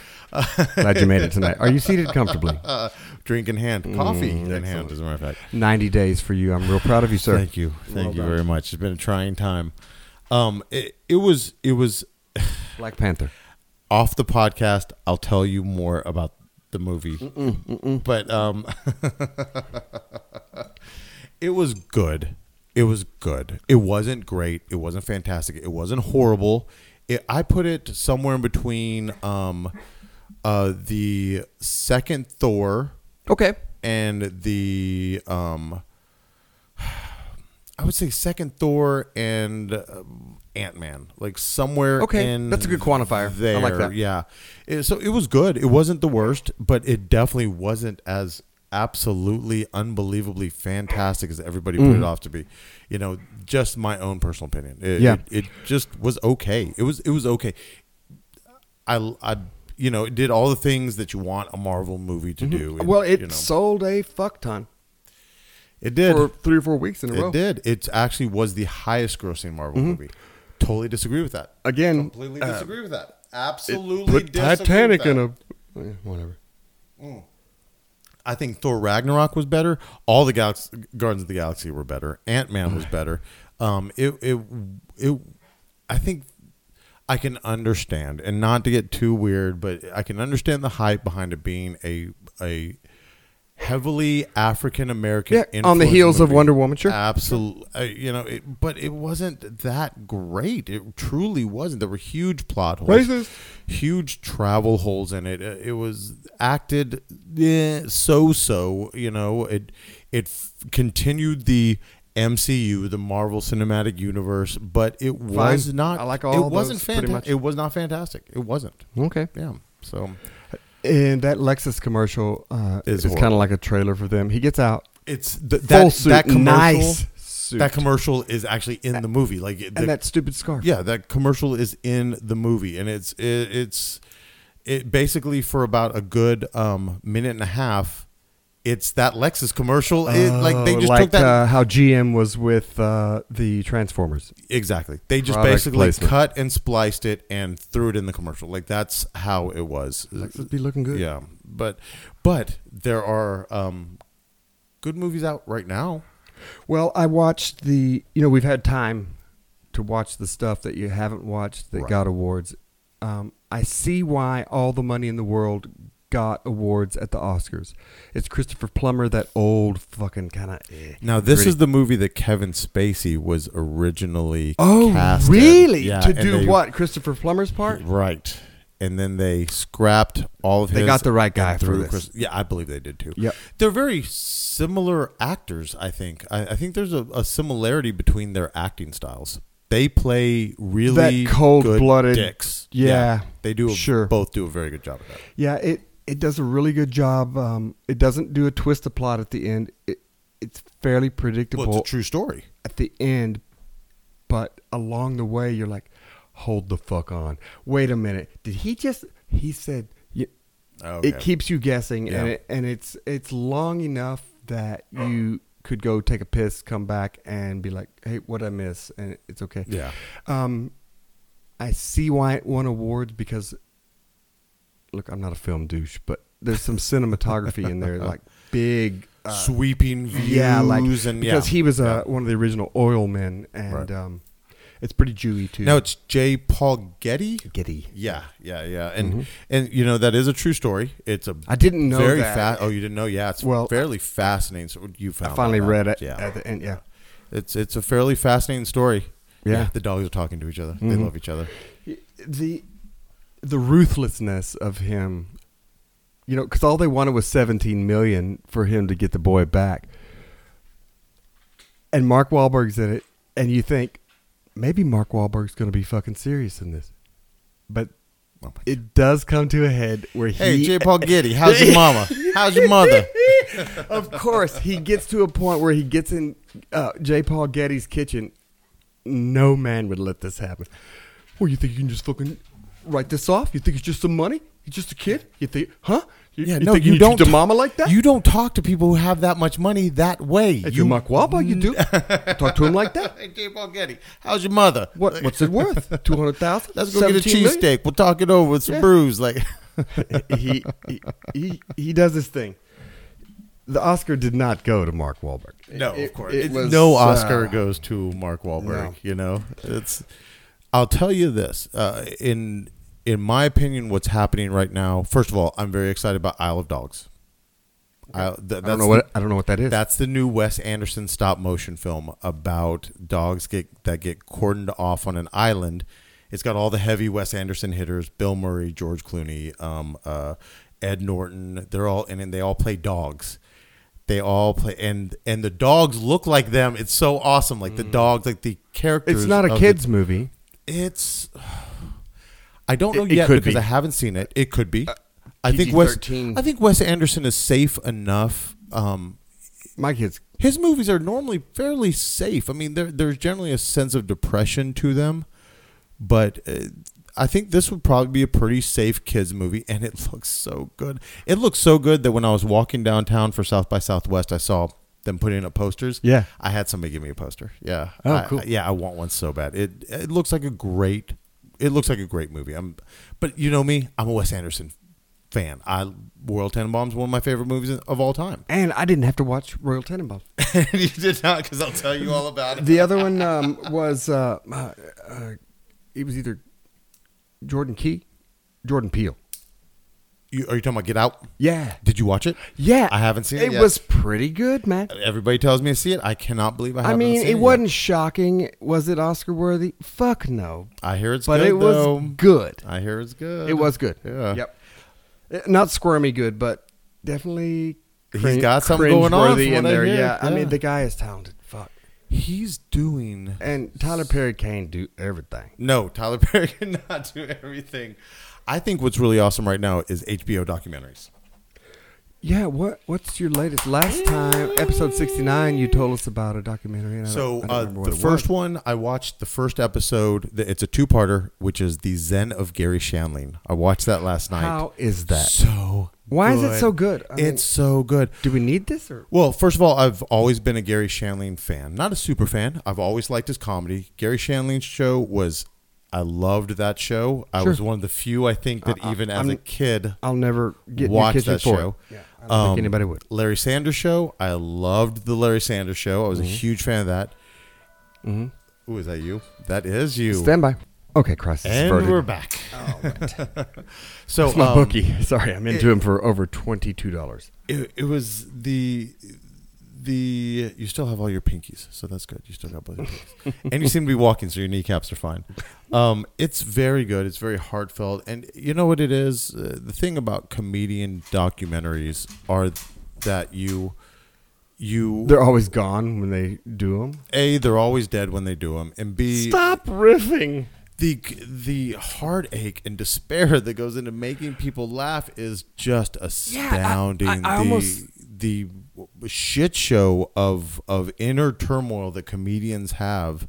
Glad you made it tonight. Are you seated comfortably? Uh, drink in hand, Mm, coffee in hand, as a matter of fact. ninety days for you. I'm real proud of you, sir. Thank you, thank Well you done. very much. It's been a trying time. Um, it, it was it was Black Panther. Off the podcast, I'll tell you more about the movie, but um, *laughs* it was good. It was good. It wasn't great. It wasn't fantastic. It wasn't horrible. It, I put it somewhere in between um, uh, the second Thor, okay, and the um, I would say second Thor and uh, Ant Man, like somewhere. Okay, in that's a good quantifier. There, I like that. Yeah, It- so it was good. It wasn't the worst, but it definitely wasn't as absolutely unbelievably fantastic as everybody put Mm. it off to be. You know, just my own personal opinion. It, Yeah. it, it just was okay. It was it was okay. I I you know it did all the things that you want a Marvel movie to do. and, Mm-hmm. Well, it you know. sold a fuck ton. It did for three or four weeks in a it row. did. It actually was the highest grossing Marvel Mhm. movie. Totally disagree with that. Again, completely uh, disagree with that. Absolutely Put disagree with Titanic that. in a eh, whatever. I think Thor Ragnarok was better. All the Galax- Guardians of the Galaxy were better. Ant Man Mm. was better. Um, it it it. I think I can understand, and not to get too weird, but I can understand the hype behind it being a a heavily African American Yeah, on the heels of Wonder Woman, sure. absolutely. Uh, you know, it, but it wasn't that great. It truly wasn't. There were huge plot holes, Racist. huge travel holes in it. Uh, It was acted eh, so-so. You know, it it f- continued the MCU, the Marvel Cinematic Universe, but it was not. I like It all wasn't those pretty fantastic. much. It was not fantastic. It wasn't. Okay. Yeah. So And that Lexus commercial uh, Is is kind of horrible. like a trailer for them. He gets out. it's th- that full suit, that commercial. nice suit. That commercial is actually in the movie. Like the, and that stupid scarf. Yeah, that commercial is in the movie, and it's it, it's it basically for about a good um, minute and a half. It's that Lexus commercial. It, like they Oh, just like, took that uh, how GM was with uh, the Transformers. Exactly. They just Product basically placement. cut and spliced it and threw it in the commercial. Like that's how it was. Lexus be looking good. Yeah, but but there are um, good movies out right now. Well, I watched the. You know, we've had time to watch the stuff that you haven't watched that Right. got awards. Um, I see why all the money in the world got awards at the Oscars. It's Christopher Plummer, that old fucking eh, kind of. Now this is the movie that Kevin Spacey was originally. Oh, cast in. really? Yeah, to and do they- what? Christopher Plummer's part? Right. And then they scrapped all of his. They got the right guy and for threw this. yeah, I believe they did too. Yep. they're very similar actors. I think. I, I think there's a, a similarity between their acting styles. They play really That cold-blooded- good dicks. yeah. they do. A, Sure. both do a very good job of that. Yeah, it it does a really good job. Um, it doesn't do a twist of plot at the end. It it's fairly predictable. Well, it's a true story. at the end, but along the way you're like, hold the fuck on. Wait a minute. Did he just? He said. y- Okay. It keeps you guessing, and Yeah. it, and it's it's long enough that you could go take a piss, come back, and be like, hey, what I miss, and it's okay. Yeah. Um, I see why it won awards because *laughs* look, I'm not a film douche, but there's some cinematography in there, like big sweeping views. uh, yeah, like and because yeah. he was uh, one of the original oil men, and um, it's pretty Jewy too. No, it's J. Paul Getty. Getty. Yeah, yeah, yeah, and and you know that is a true story. It's a Mm-hmm. I didn't know very that. fa- Oh, you didn't know? Yeah, it's Well, fairly fascinating. So you found I finally out that. read it Yeah, at the end. Yeah, it's it's a fairly fascinating story. Yeah. the dogs are talking to each other. They Mhm. love each other. the the ruthlessness of him, you know, because all they wanted was seventeen million for him to get the boy back, and Mark Wahlberg's in it, and you think maybe Mark Wahlberg's going to be fucking serious in this, but. It does come to a head where he. Oh Hey, J. Paul *laughs* Getty, how's your mama? How's your mother? of course, he gets to a point where he gets in uh, J. Paul Getty's kitchen. No man would let this happen. Well, you think you can just fucking write this off? You think it's just some money? He's just a kid? You think, huh? You, Yeah, *laughs* you no, think you need to don't treat t- the mama like that? You don't talk to people who have that much money that way. If you're Mark Wahlberg, you do. Talk to him like *laughs* that. Hey, J. Paul Getty, how's your mother? What? What's *laughs* it worth? Two hundred thousand. Let's go get a cheesesteak. We'll talk it over with some Yeah. brews. Like, *laughs* he, he he he does this thing. The Oscar did not go to Mark Wahlberg. No, of course. it It- was, no Oscar uh, goes to Mark Wahlberg. No. You know, it's. I'll tell you this. Uh, in in my opinion, what's happening right now? First of all, I'm very excited about Isle of Dogs. I, th- I that's don't know what I don't know what that is. That's the new Wes Anderson stop motion film about dogs get that get cordoned off on an island. It's got all the heavy Wes Anderson hitters: Bill Murray, George Clooney, um, uh, Ed Norton. They're all in, it, and they all play dogs. They all play, and and the dogs look like them. It's so awesome. Like Mm. the dogs, like the characters. It's not a of the- kids movie. It's. I don't know It- it yet could because be. Uh, I haven't seen it. It could be. I think Wes. PG-13. I think Wes Anderson is safe enough. Um, My kids. His movies are normally fairly safe. I mean, there, there's generally a sense of depression to them, but uh, I think this would probably be a pretty safe kids movie, and it *laughs* looks so good. It looks so good that when I was walking downtown for South by Southwest, I saw them putting up posters. Yeah. I had somebody give me a poster. Yeah. Oh, I- cool. I- yeah, I want one so bad. It it looks like a great it looks like a great movie. I'm but you know me, I'm a Wes Anderson fan. I Royal Tenenbaums one of my favorite movies of all time. And I didn't have to watch Royal *laughs* Tenenbaums. *laughs* you did not cuz I'll tell you all about it. The other one um, was uh, uh, uh, it was either Jordan Key, Jordan Peele. You, are you talking about Get Out? Yeah. Did you watch it? Yeah, I haven't seen it. It yet. was pretty good, man. Everybody tells me to see it. I cannot believe I I haven't mean, seen it yet. wasn't shocking. Was it Oscar worthy? Fuck no. I hear it's but good, it was though. good. I hear it's good. It was good. Yeah. Yep. Uh, Not squirmy good, but definitely. He's crin- got something going on cringeworthy from what in I there. hear. yeah, I Yeah. mean the guy is talented. Fuck. He's doing And Tyler Perry can do everything. No, Tyler Perry *laughs* cannot do everything. I think what's really awesome right now is HBO documentaries. Yeah, what what's your latest? Last time, episode sixty nine, you told us about a documentary. And I So don't- I don't uh, remember what the it first was. one I watched the first episode. The- It's a two-parter, which is the Zen of Gary Shandling. I watched that last night. How is that? So Why is it so good? I it's mean- so good. Do we need this or Well, first of all, I've always been a Gary Shandling fan. Not a super fan. I've always liked his comedy. Gary Shandling's show was, I loved that show. I Sure. was one of the few, I think, that I- I- even as I'm- a kid, I'll never get in your watched kitchen that for it. show. Um, Yeah, I don't think anybody would. Larry Sanders Show. I loved the Larry Sanders Show. I was a huge fan of that. Mm-hmm. Ooh, is that you? That is you. stand by? Okay, crisis And averted. we're back. *laughs* so Oh, That's my um, bookie. *laughs* Sorry, I'm into it- him for over twenty two dollars. It, it was the the you still have all your pinkies, so that's good. You still got both your pinkies, and you seem to be walking, so your kneecaps are fine. Um, it's very good. It's very heartfelt, and you know what it is. Uh, the thing about comedian documentaries are that you you They're always gone when they do them. a they're always dead when they do them, and b Stop riffing. the the heartache and despair *laughs* that goes into making people laugh is just astounding. I the, almost- the shit show of of inner turmoil that comedians have.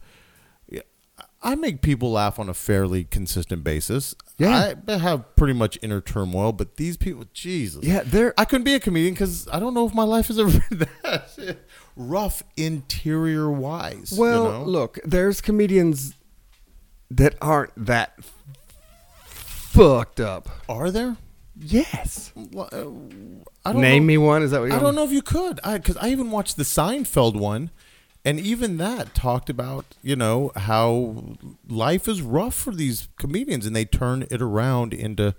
I make people laugh on a fairly consistent basis. Yeah. I have pretty much inner turmoil, but these people, Jesus, Yeah, they're I couldn't be a comedian because I don't know if my life has *laughs* ever been that rough interior wise. well. you know? Look, there's comedians that aren't that fucked up. are there? Yes. I don't Name know- me one. Is that what you I don't know if you could. I because I even watched the Seinfeld one, and even that talked about you know how life is rough for these comedians, and they turn it around into.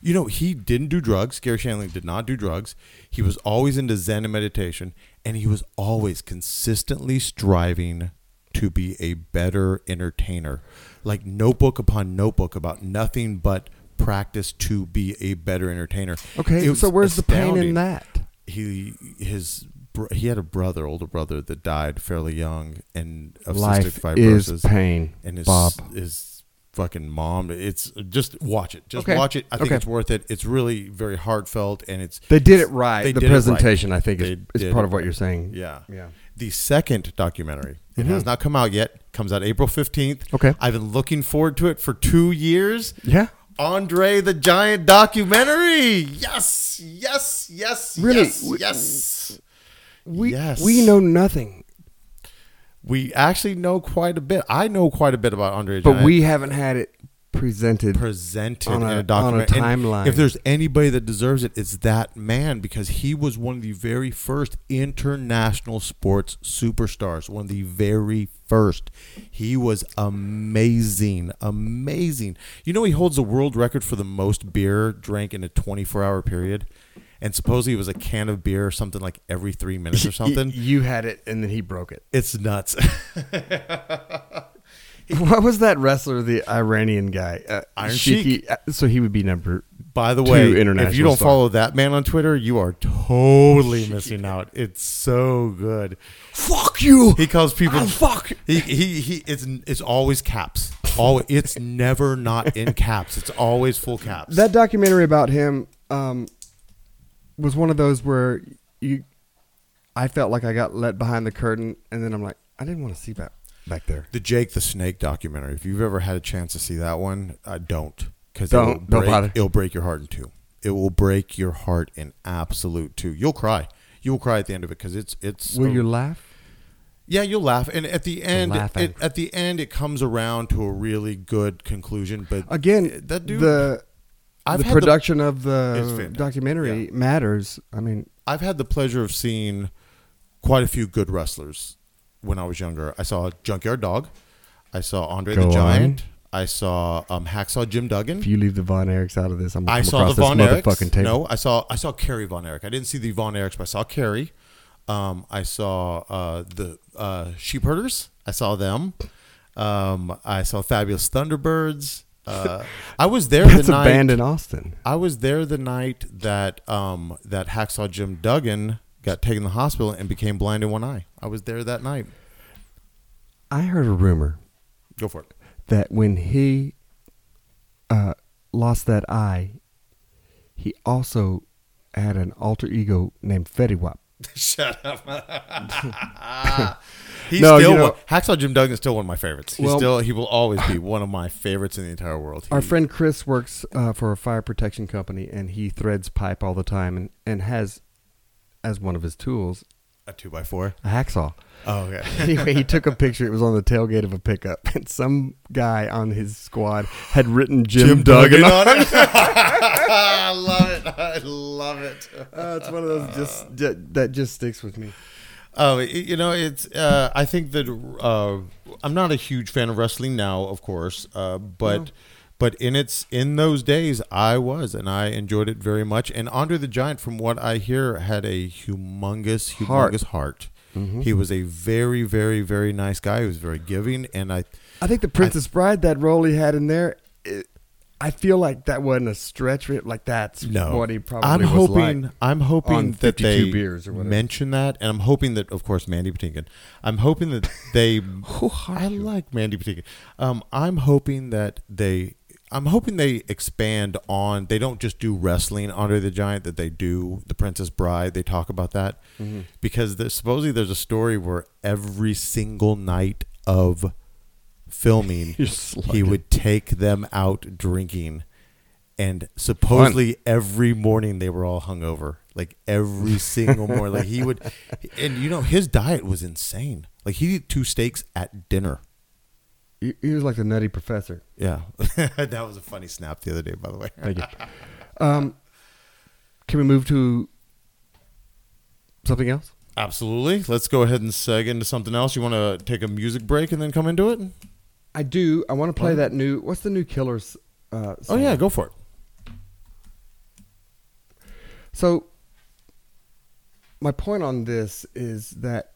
You know, he didn't do drugs. Gary Shandling did not do drugs. He was always into Zen and meditation, and he was always consistently striving to be a better entertainer. Like notebook upon notebook about nothing but practice to be a better entertainer. Okay, It was so where's the pain in astounding that? he his br- he had a brother, older brother that died fairly young and of Life cystic fibrosis. is pain, and his Bob. his fucking mom. It's just watch it. Just Okay. watch it. I think Okay. it's worth it. It's really very heartfelt and it's They did it right. they The did it right. presentation, I think, is- They is did part it of what right. you're saying. Yeah. Yeah. The second documentary. It Mhm. has not come out yet. Comes out April 15th. Okay. I've been looking forward to it for 2 years. Yeah. Andre the Giant documentary. Yes. Yes. Yes. Really? Yes. W- yes. We Yes. we know nothing, We actually know quite a bit. I know quite a bit about Andre. the but Giant. we haven't had it *laughs* presented presented on a, in a documentary on a timeline. if there's anybody that deserves it, it's that man because he was one of the very first international sports superstars. One of the very first. He was amazing, amazing. You know, he holds the world record for the most beer drank in a 24 hour period. And supposedly it was a can of beer or something like every three minutes *laughs* or something. you had it, and then he broke it. It's nuts. *laughs* *laughs* what was that wrestler, the Iranian guy? Uh, Iron Shiki. Uh, So he would be number. By the two way, international if you don't star. follow that man on Twitter, you are *laughs* totally missing out. It's so good. Fuck you. He calls people Oh, fuck. He he he. It's it's always caps. Always. It's never not in caps. It's always full caps. that documentary about him um, was one of those where you, I felt like I got let behind the curtain, and then I'm like, I didn't want to see that back there. The Jake the Snake documentary. If you've ever had a chance to see that one, uh, don't because Don't- it'll don't break, bother. It'll break your heart in two. It will break your heart in absolute two. You'll cry. You will cry at the end of it because it's it's. Will a- you laugh? Yeah, you'll laugh, and at the end, laugh it, at the end, it comes around to a really good conclusion. But Again, that dude, the I've the had the- production of It's the fantastic. documentary matters. I mean, I've had the pleasure of seeing quite a few good wrestlers when I was younger. I saw Junkyard Dog, I saw Andre Go the on. Giant, I saw um, Hacksaw Jim Duggan. if you leave the Von Erichs out of this, I'm gonna I come saw the across Von this Erichs. motherfucking table. No, I saw I saw Kerry Von Erich. I didn't see the Von Erichs, but I saw Kerry. Um, I saw uh, the uh, Sheep Herders. I saw them. Um, I saw Fabulous Thunderbirds. *laughs* Uh, I was there That's the a night band in Austin. I was there the night that um, that Hacksaw Jim Duggan got taken to the hospital and became blind in one eye. I was there that night. I heard a rumor Go for it. that when he uh, lost that eye, he also had an alter ego named Fetty Wap. Shut up. He's No, still you know- one, Hacksaw Jim Duggan is still one of my favorites. He's Well- still he will always be one of my favorites in the entire world. He- Our friend Chris works uh, for a fire protection company, and he threads pipe all the time, and, and has as one of his tools a two by four. a hacksaw. *laughs* Oh, okay. *laughs* anyway, he took a picture. It was on the tailgate of a pickup, *laughs* and some guy on his squad had written Jim, Jim Duggan, Duggan *laughs* on on it. it. I love it. I love it. Uh, it's one of those just that, that just sticks with me. Oh, it- you know, it's. Uh, I think that uh, I'm not a huge fan of wrestling now, of course, uh, but but in its in those days, I was, and I enjoyed it very much. And Andre the Giant, from what I hear, had a humongous, Heart. humongous heart. Mm-hmm. Mhm. He was a very, very, very nice guy. He was very giving, and I. I think the Princess Bride that role he had in there. It, I feel like that wasn't a stretch. It, like that's No, what he probably I'm was hoping. like I'm hoping on that 52 they beers or whatever. mention that, and I'm hoping that, of course, Mandy Patinkin. I'm hoping that *laughs* they. I like Mandy Patinkin. Um, I'm hoping that they. I'm hoping they expand on. They don't just do wrestling Andre the Giant. That they do the Princess Bride. They talk about that Mhm. because there's, supposedly there's a story where every single night of filming, *laughs* You're he slugging. would take them out drinking, and supposedly every morning they were all hungover. Like *laughs* every single morning, like he would, and you know his diet was insane. Like he would eat two steaks at dinner. He, he was like *laughs* the Nutty Professor. Yeah, that was a funny snap the other day, by the way. Thank you. Um, Can we move to something else? *laughs* Absolutely. Let's go ahead and seg into something else. You want to take a music break and then come into it? I do. I want to play that new. What's the new Killers? Uh, Oh, yeah, go for it. So, my point on this is that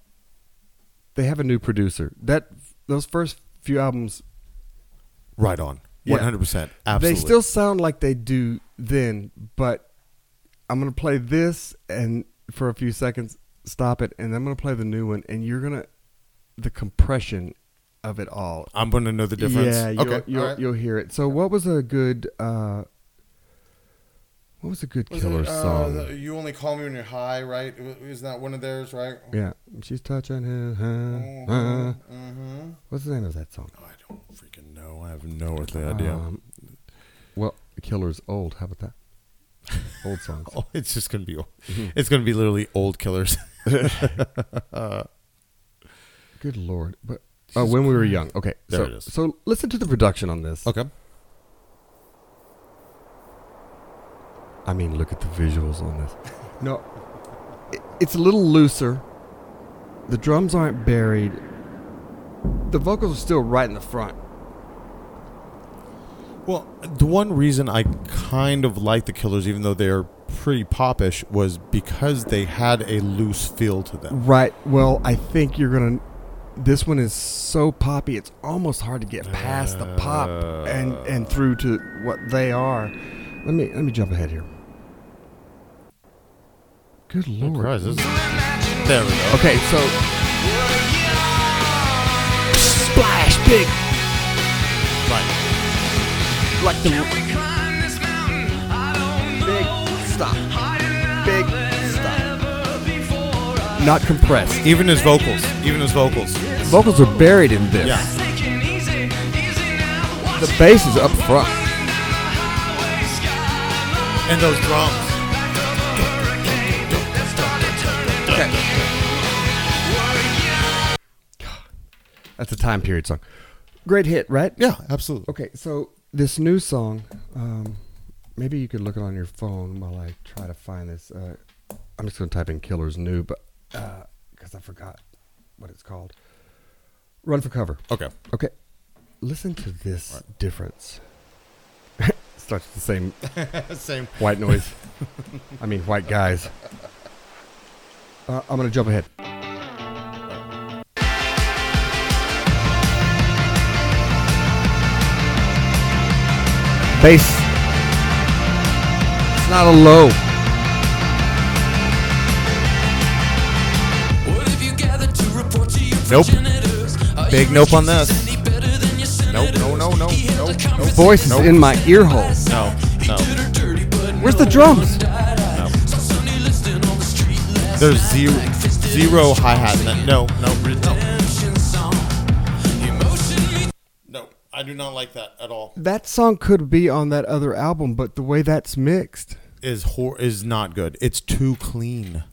they have a new producer. That those first few albums, Right on. Yeah. 100%. Absolutely. They still sound like they do then, but I'm gonna play this and for a few seconds stop it, and I'm gonna play the new one, and you're gonna the compression of it all. I'm going to know the difference. Yeah, you'll, okay. you'll, all right. you'll hear it. So, what was a good uh, what was a good Was killer it, uh, song? the- you only call me when you're high, right? Isn't that one of theirs, right? Yeah, she's touching his Mhm, hand. Uh, mhm. What's the name of that song? Oh, No, I have no earthly idea. Um, well, Killer's old. How about that? Old songs. *laughs* Oh, it's just gonna be old. Mhm. It's gonna be literally old *laughs* killers. Good lord! But oh, Jesus when we were Christ. young. Okay, There so it is. so listen to the production on this. Okay. I mean, look at the visuals on this. *laughs* No, it, it's a little looser. The drums aren't buried. The vocals are still right in the front. well, the one reason I kind of like the killers, even though they're pretty popish, was because they had a loose feel to them. Right. Well, I think you're gonna. This one is so poppy; it's almost hard to get past the pop and Uh. and through to what they are. Let me let me jump ahead here. Good lord! Christ, this There we go. Okay, so splash big. Right. Like the big stop. Big stop. Not compressed. Even his vocals. Even his vocals. Vocals are buried in this. Yeah. The bass is up front. And those drums. That's a time period song. Great hit, right? Yeah, absolutely. Okay, so this new song, um, maybe you could look it on your phone while I try to find this. Uh, I'm just going to type in "Killers New," but because I forgot what it's called. Run for cover. Okay. Okay. Listen to this difference. *laughs* Starts with the same Same. white noise. *laughs* I mean, white guys. Uh, I'm going to jump ahead. Bass. It's not a low. Nope. Big nope on this. Nope. No. No. No. No. The voice is in my ear hole. No. No. Where's the drums? No. There's zero zero hi hat. No. No. No. No. I do not like that at all. That song could be on that other album, but the way that's mixed, Is hor- is not good. It's too clean.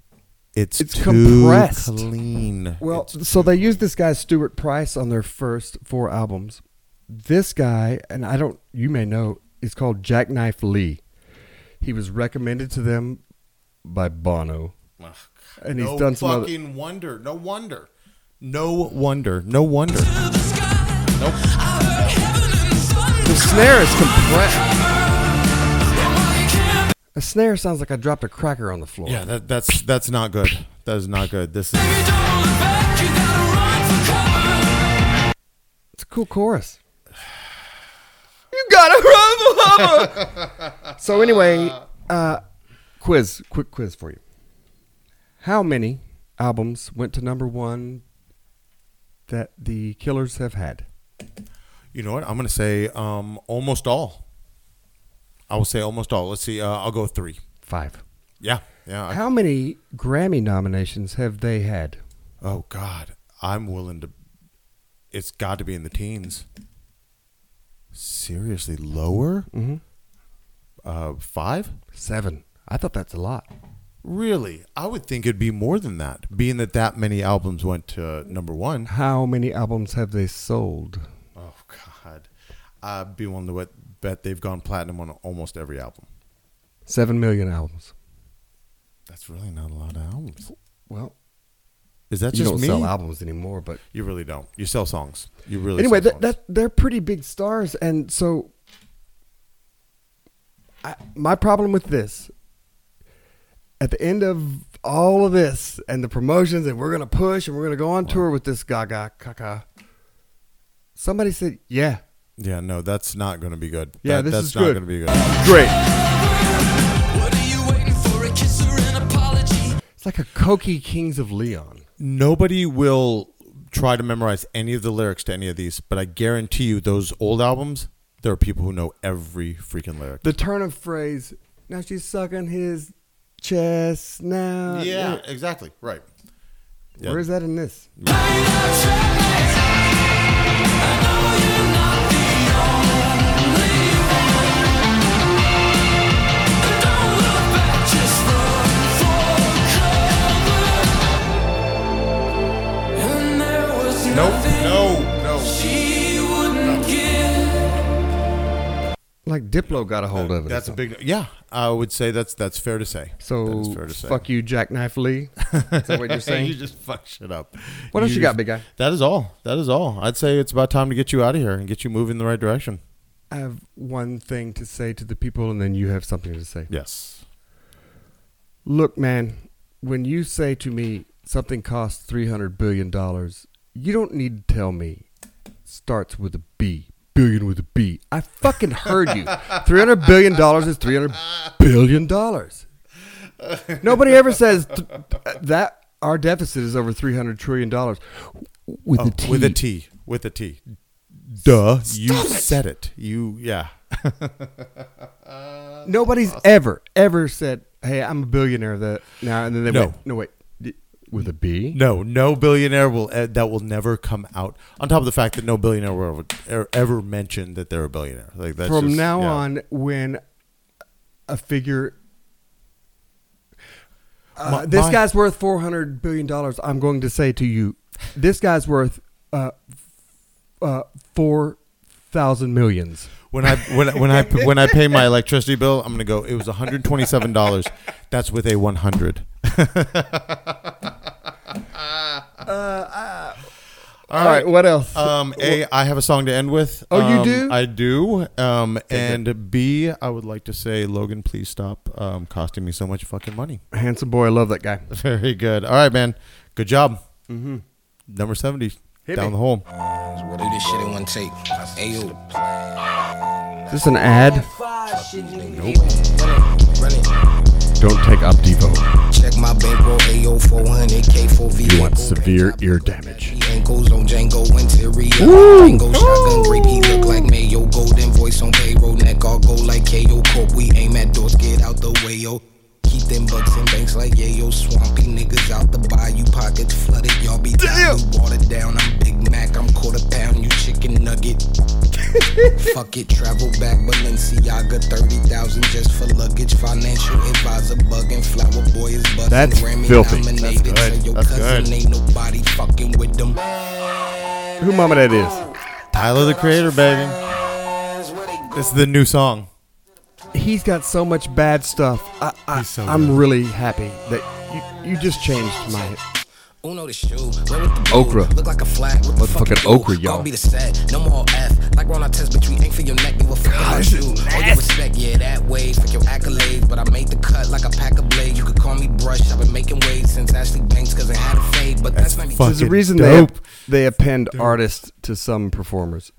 It's, it's too compressed. clean. Well, so they used this guy Stuart Price on their first four albums. This guy, and I don't, you may know, is called Jackknife Lee. He was recommended to them by Bono, Ugh, *laughs* and he's no done some other. fucking wonder. No wonder. No wonder. No wonder. Nope. The snare is compressed. A snare sounds like I dropped a cracker on the floor. Yeah, that, that's that's not good. That is not good. This is It's a cool chorus. *sighs* You gotta run forever. *laughs* so anyway, uh, quiz, quick quiz for you. How many albums went to number one that the Killers have had? You know what? I'm gonna say um, almost all. I will say almost all. Let's see. Uh, I'll go three. Five. Yeah, yeah. I- How many Grammy nominations have they had? oh God, I'm willing to. It's got to be in the teens. Seriously, lower. Mm-hmm. Uh, five, seven. I thought that's a lot. Really, I would think it'd be more than that, being that that many albums went to number one. How many albums have they sold? Oh God, I'd be willing to wet- bet they've gone platinum on almost every album. Seven million albums. That's really not a lot of albums. Well, Is that you just don't me? sell albums anymore, but you really don't. You sell songs. You really anyway, Sell that, that they're pretty big stars, and so I, my problem with this at the end of all of this and the promotions, and we're gonna push and we're gonna go on tour with this Gaga Kaka. Somebody said, "Yeah, yeah, no, that's not going to be good. Yeah, That- this that's is not good. going to be good. Great. It's like a Cokie Kings of Leon. Nobody will try to memorize any of the lyrics to any of these, but I guarantee you, those old albums, there are people who know every freaking lyric. The turn of phrase. Now she's sucking his chest. Now, Yeah, exactly. Right. Yeah. Where is that in this? Nope. No. No. She wouldn't give. Like Diplo got a hold of it. That's a big. Yeah, I would say that's that's fair to say. that So is fair to say. fuck you, Jackknife Lee. Is that *laughs* what you're saying? you just fuck shit up. What else you got, big guy? That is all. That is all. I'd say it's about time to get you out of here and get you moving in the right direction. I have one thing to say to the people, and then you have something to say. Yes. Look, man, when you say to me something costs three hundred billion dollars, you don't need to tell me. Starts with a B. Billion with a B. I fucking heard *laughs* you. three hundred billion dollars is three hundred billion dollars. Nobody ever says th- that our deficit is over three hundred trillion dollars with Oh, a T. With a T. With a T. Duh. you said it. You yeah. Nobody's ever ever said, "Hey, I'm a billionaire." That now and then they No. went, no wait, D- with a B. No, no billionaire will eh, that will never come out. On top of the fact that no billionaire will ever, er, ever mention that they're a billionaire. Like that's From just- now yeah. on, when a figure, uh, My- this my- guy's worth four hundred billion dollars, I'm going to say to you, this guy's worth uh, uh, four thousand millions. When I when I- when I when I pay *laughs* my electricity bill, I'm gonna go. It was 127 dollars. That's with a *laughs* 100. All right, what else? Um, a I have a song to end with. Oh, you Um, do? I do. Um, and B, I would like to say, Logan, please stop um, costing me so much fucking money. Handsome boy, I love that guy. *laughs* Very good. All right, man. Good job. Mm-hmm. Number 70 Hit down me. the hole. Do this shit in one take. Ayo. Is this an ad? Don't take Optivo. Check my bankroll. Ayo 400 K4V. You want severe ear damage. Ankles on Django interior. Ooh. Django shotgun grape. He look like Mayo. Golden voice on payroll. Neck all gold like KO Corp. We aim at doors. Get out the way, yo. Keep them bucks and banks like yayo. Swampy niggas out the bayou. Pockets flooded. Y'all be down. Watered down. I'm Big Mac. I'm quarter pound. You chicken *laughs* nugget. Fuck it, travel back Balenciaga, 30,000 just for luggage. Financial advisor bugging, flower boy is buzzing. That's filthy. That's nominated, good. so your That's cousin good. ain't nobody fucking with them. Who mama that is? Tyler the Creator, baby. This is the new song. He's got so much bad stuff. I, I, I'm really happy that you, you just changed my. Uno the shoe, red with the blue. Okra. Look like a flag. What the fuck Motherfucking you do? okra, y'all. Call me the set. No more F. Like Ron test, but we ain't for your neck. We were fucking God, on this is you. All your respect, yeah, that way. Fuck your accolades, but I made the cut like a pack of blades. You could call me brush. I've been making waves since Ashley Banks, cause I had a fade, but that's, not me. There's a reason they they append artists to some performers.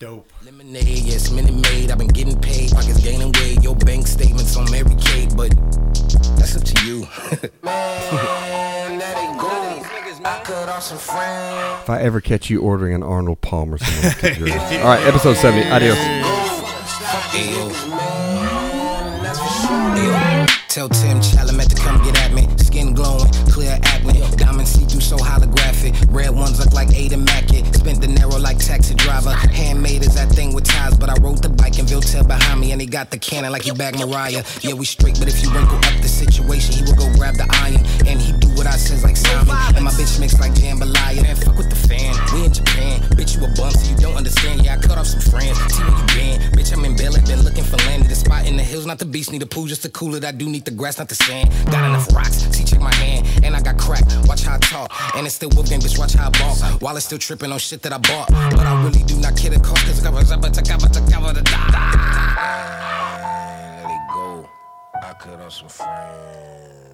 Dope. Lemonade, yes, minute made. I've been getting paid. Pockets gaining weight. Your bank statements on Mary Kate, but that's up to you. *laughs* Man, that ain't gold. I cut off some friends. If I ever catch you ordering an Arnold Palmer, someone will kick your ass. all right, episode seventy. Adios. Tell Tim Chalamet to come get at me. Skin glowing, clear acne. Diamond see through so holographic. Red ones look like Ada Mackett. Spent the narrow like taxi driver. Handmade is that thing with ties, but I rode the bike and Viltel behind me. And he got the cannon like he bagged Mariah. Yeah, we straight, but if you wrinkle up the situation, he will go grab the iron. And he do what I says like Simon. And my bitch mix like Jambalaya. Man, fuck with the fan. We in Japan. Bitch, you a bum, so you don't understand. Yeah, I cut off some friends. See where you been. Bitch, I'm in Bella, been looking for landing. The spot in the hills, not not the beast, need a pool just to cool it. I do need the grass, not the sand. Got enough rocks, see, check my hand. And I got crack, watch how I talk. And it's still whip game, bitch, watch how I ball. While it's still tripping on shit that I bought. But I really do not care the cost, cause I got to cover to cover the die. Let it go. I cut off some friends.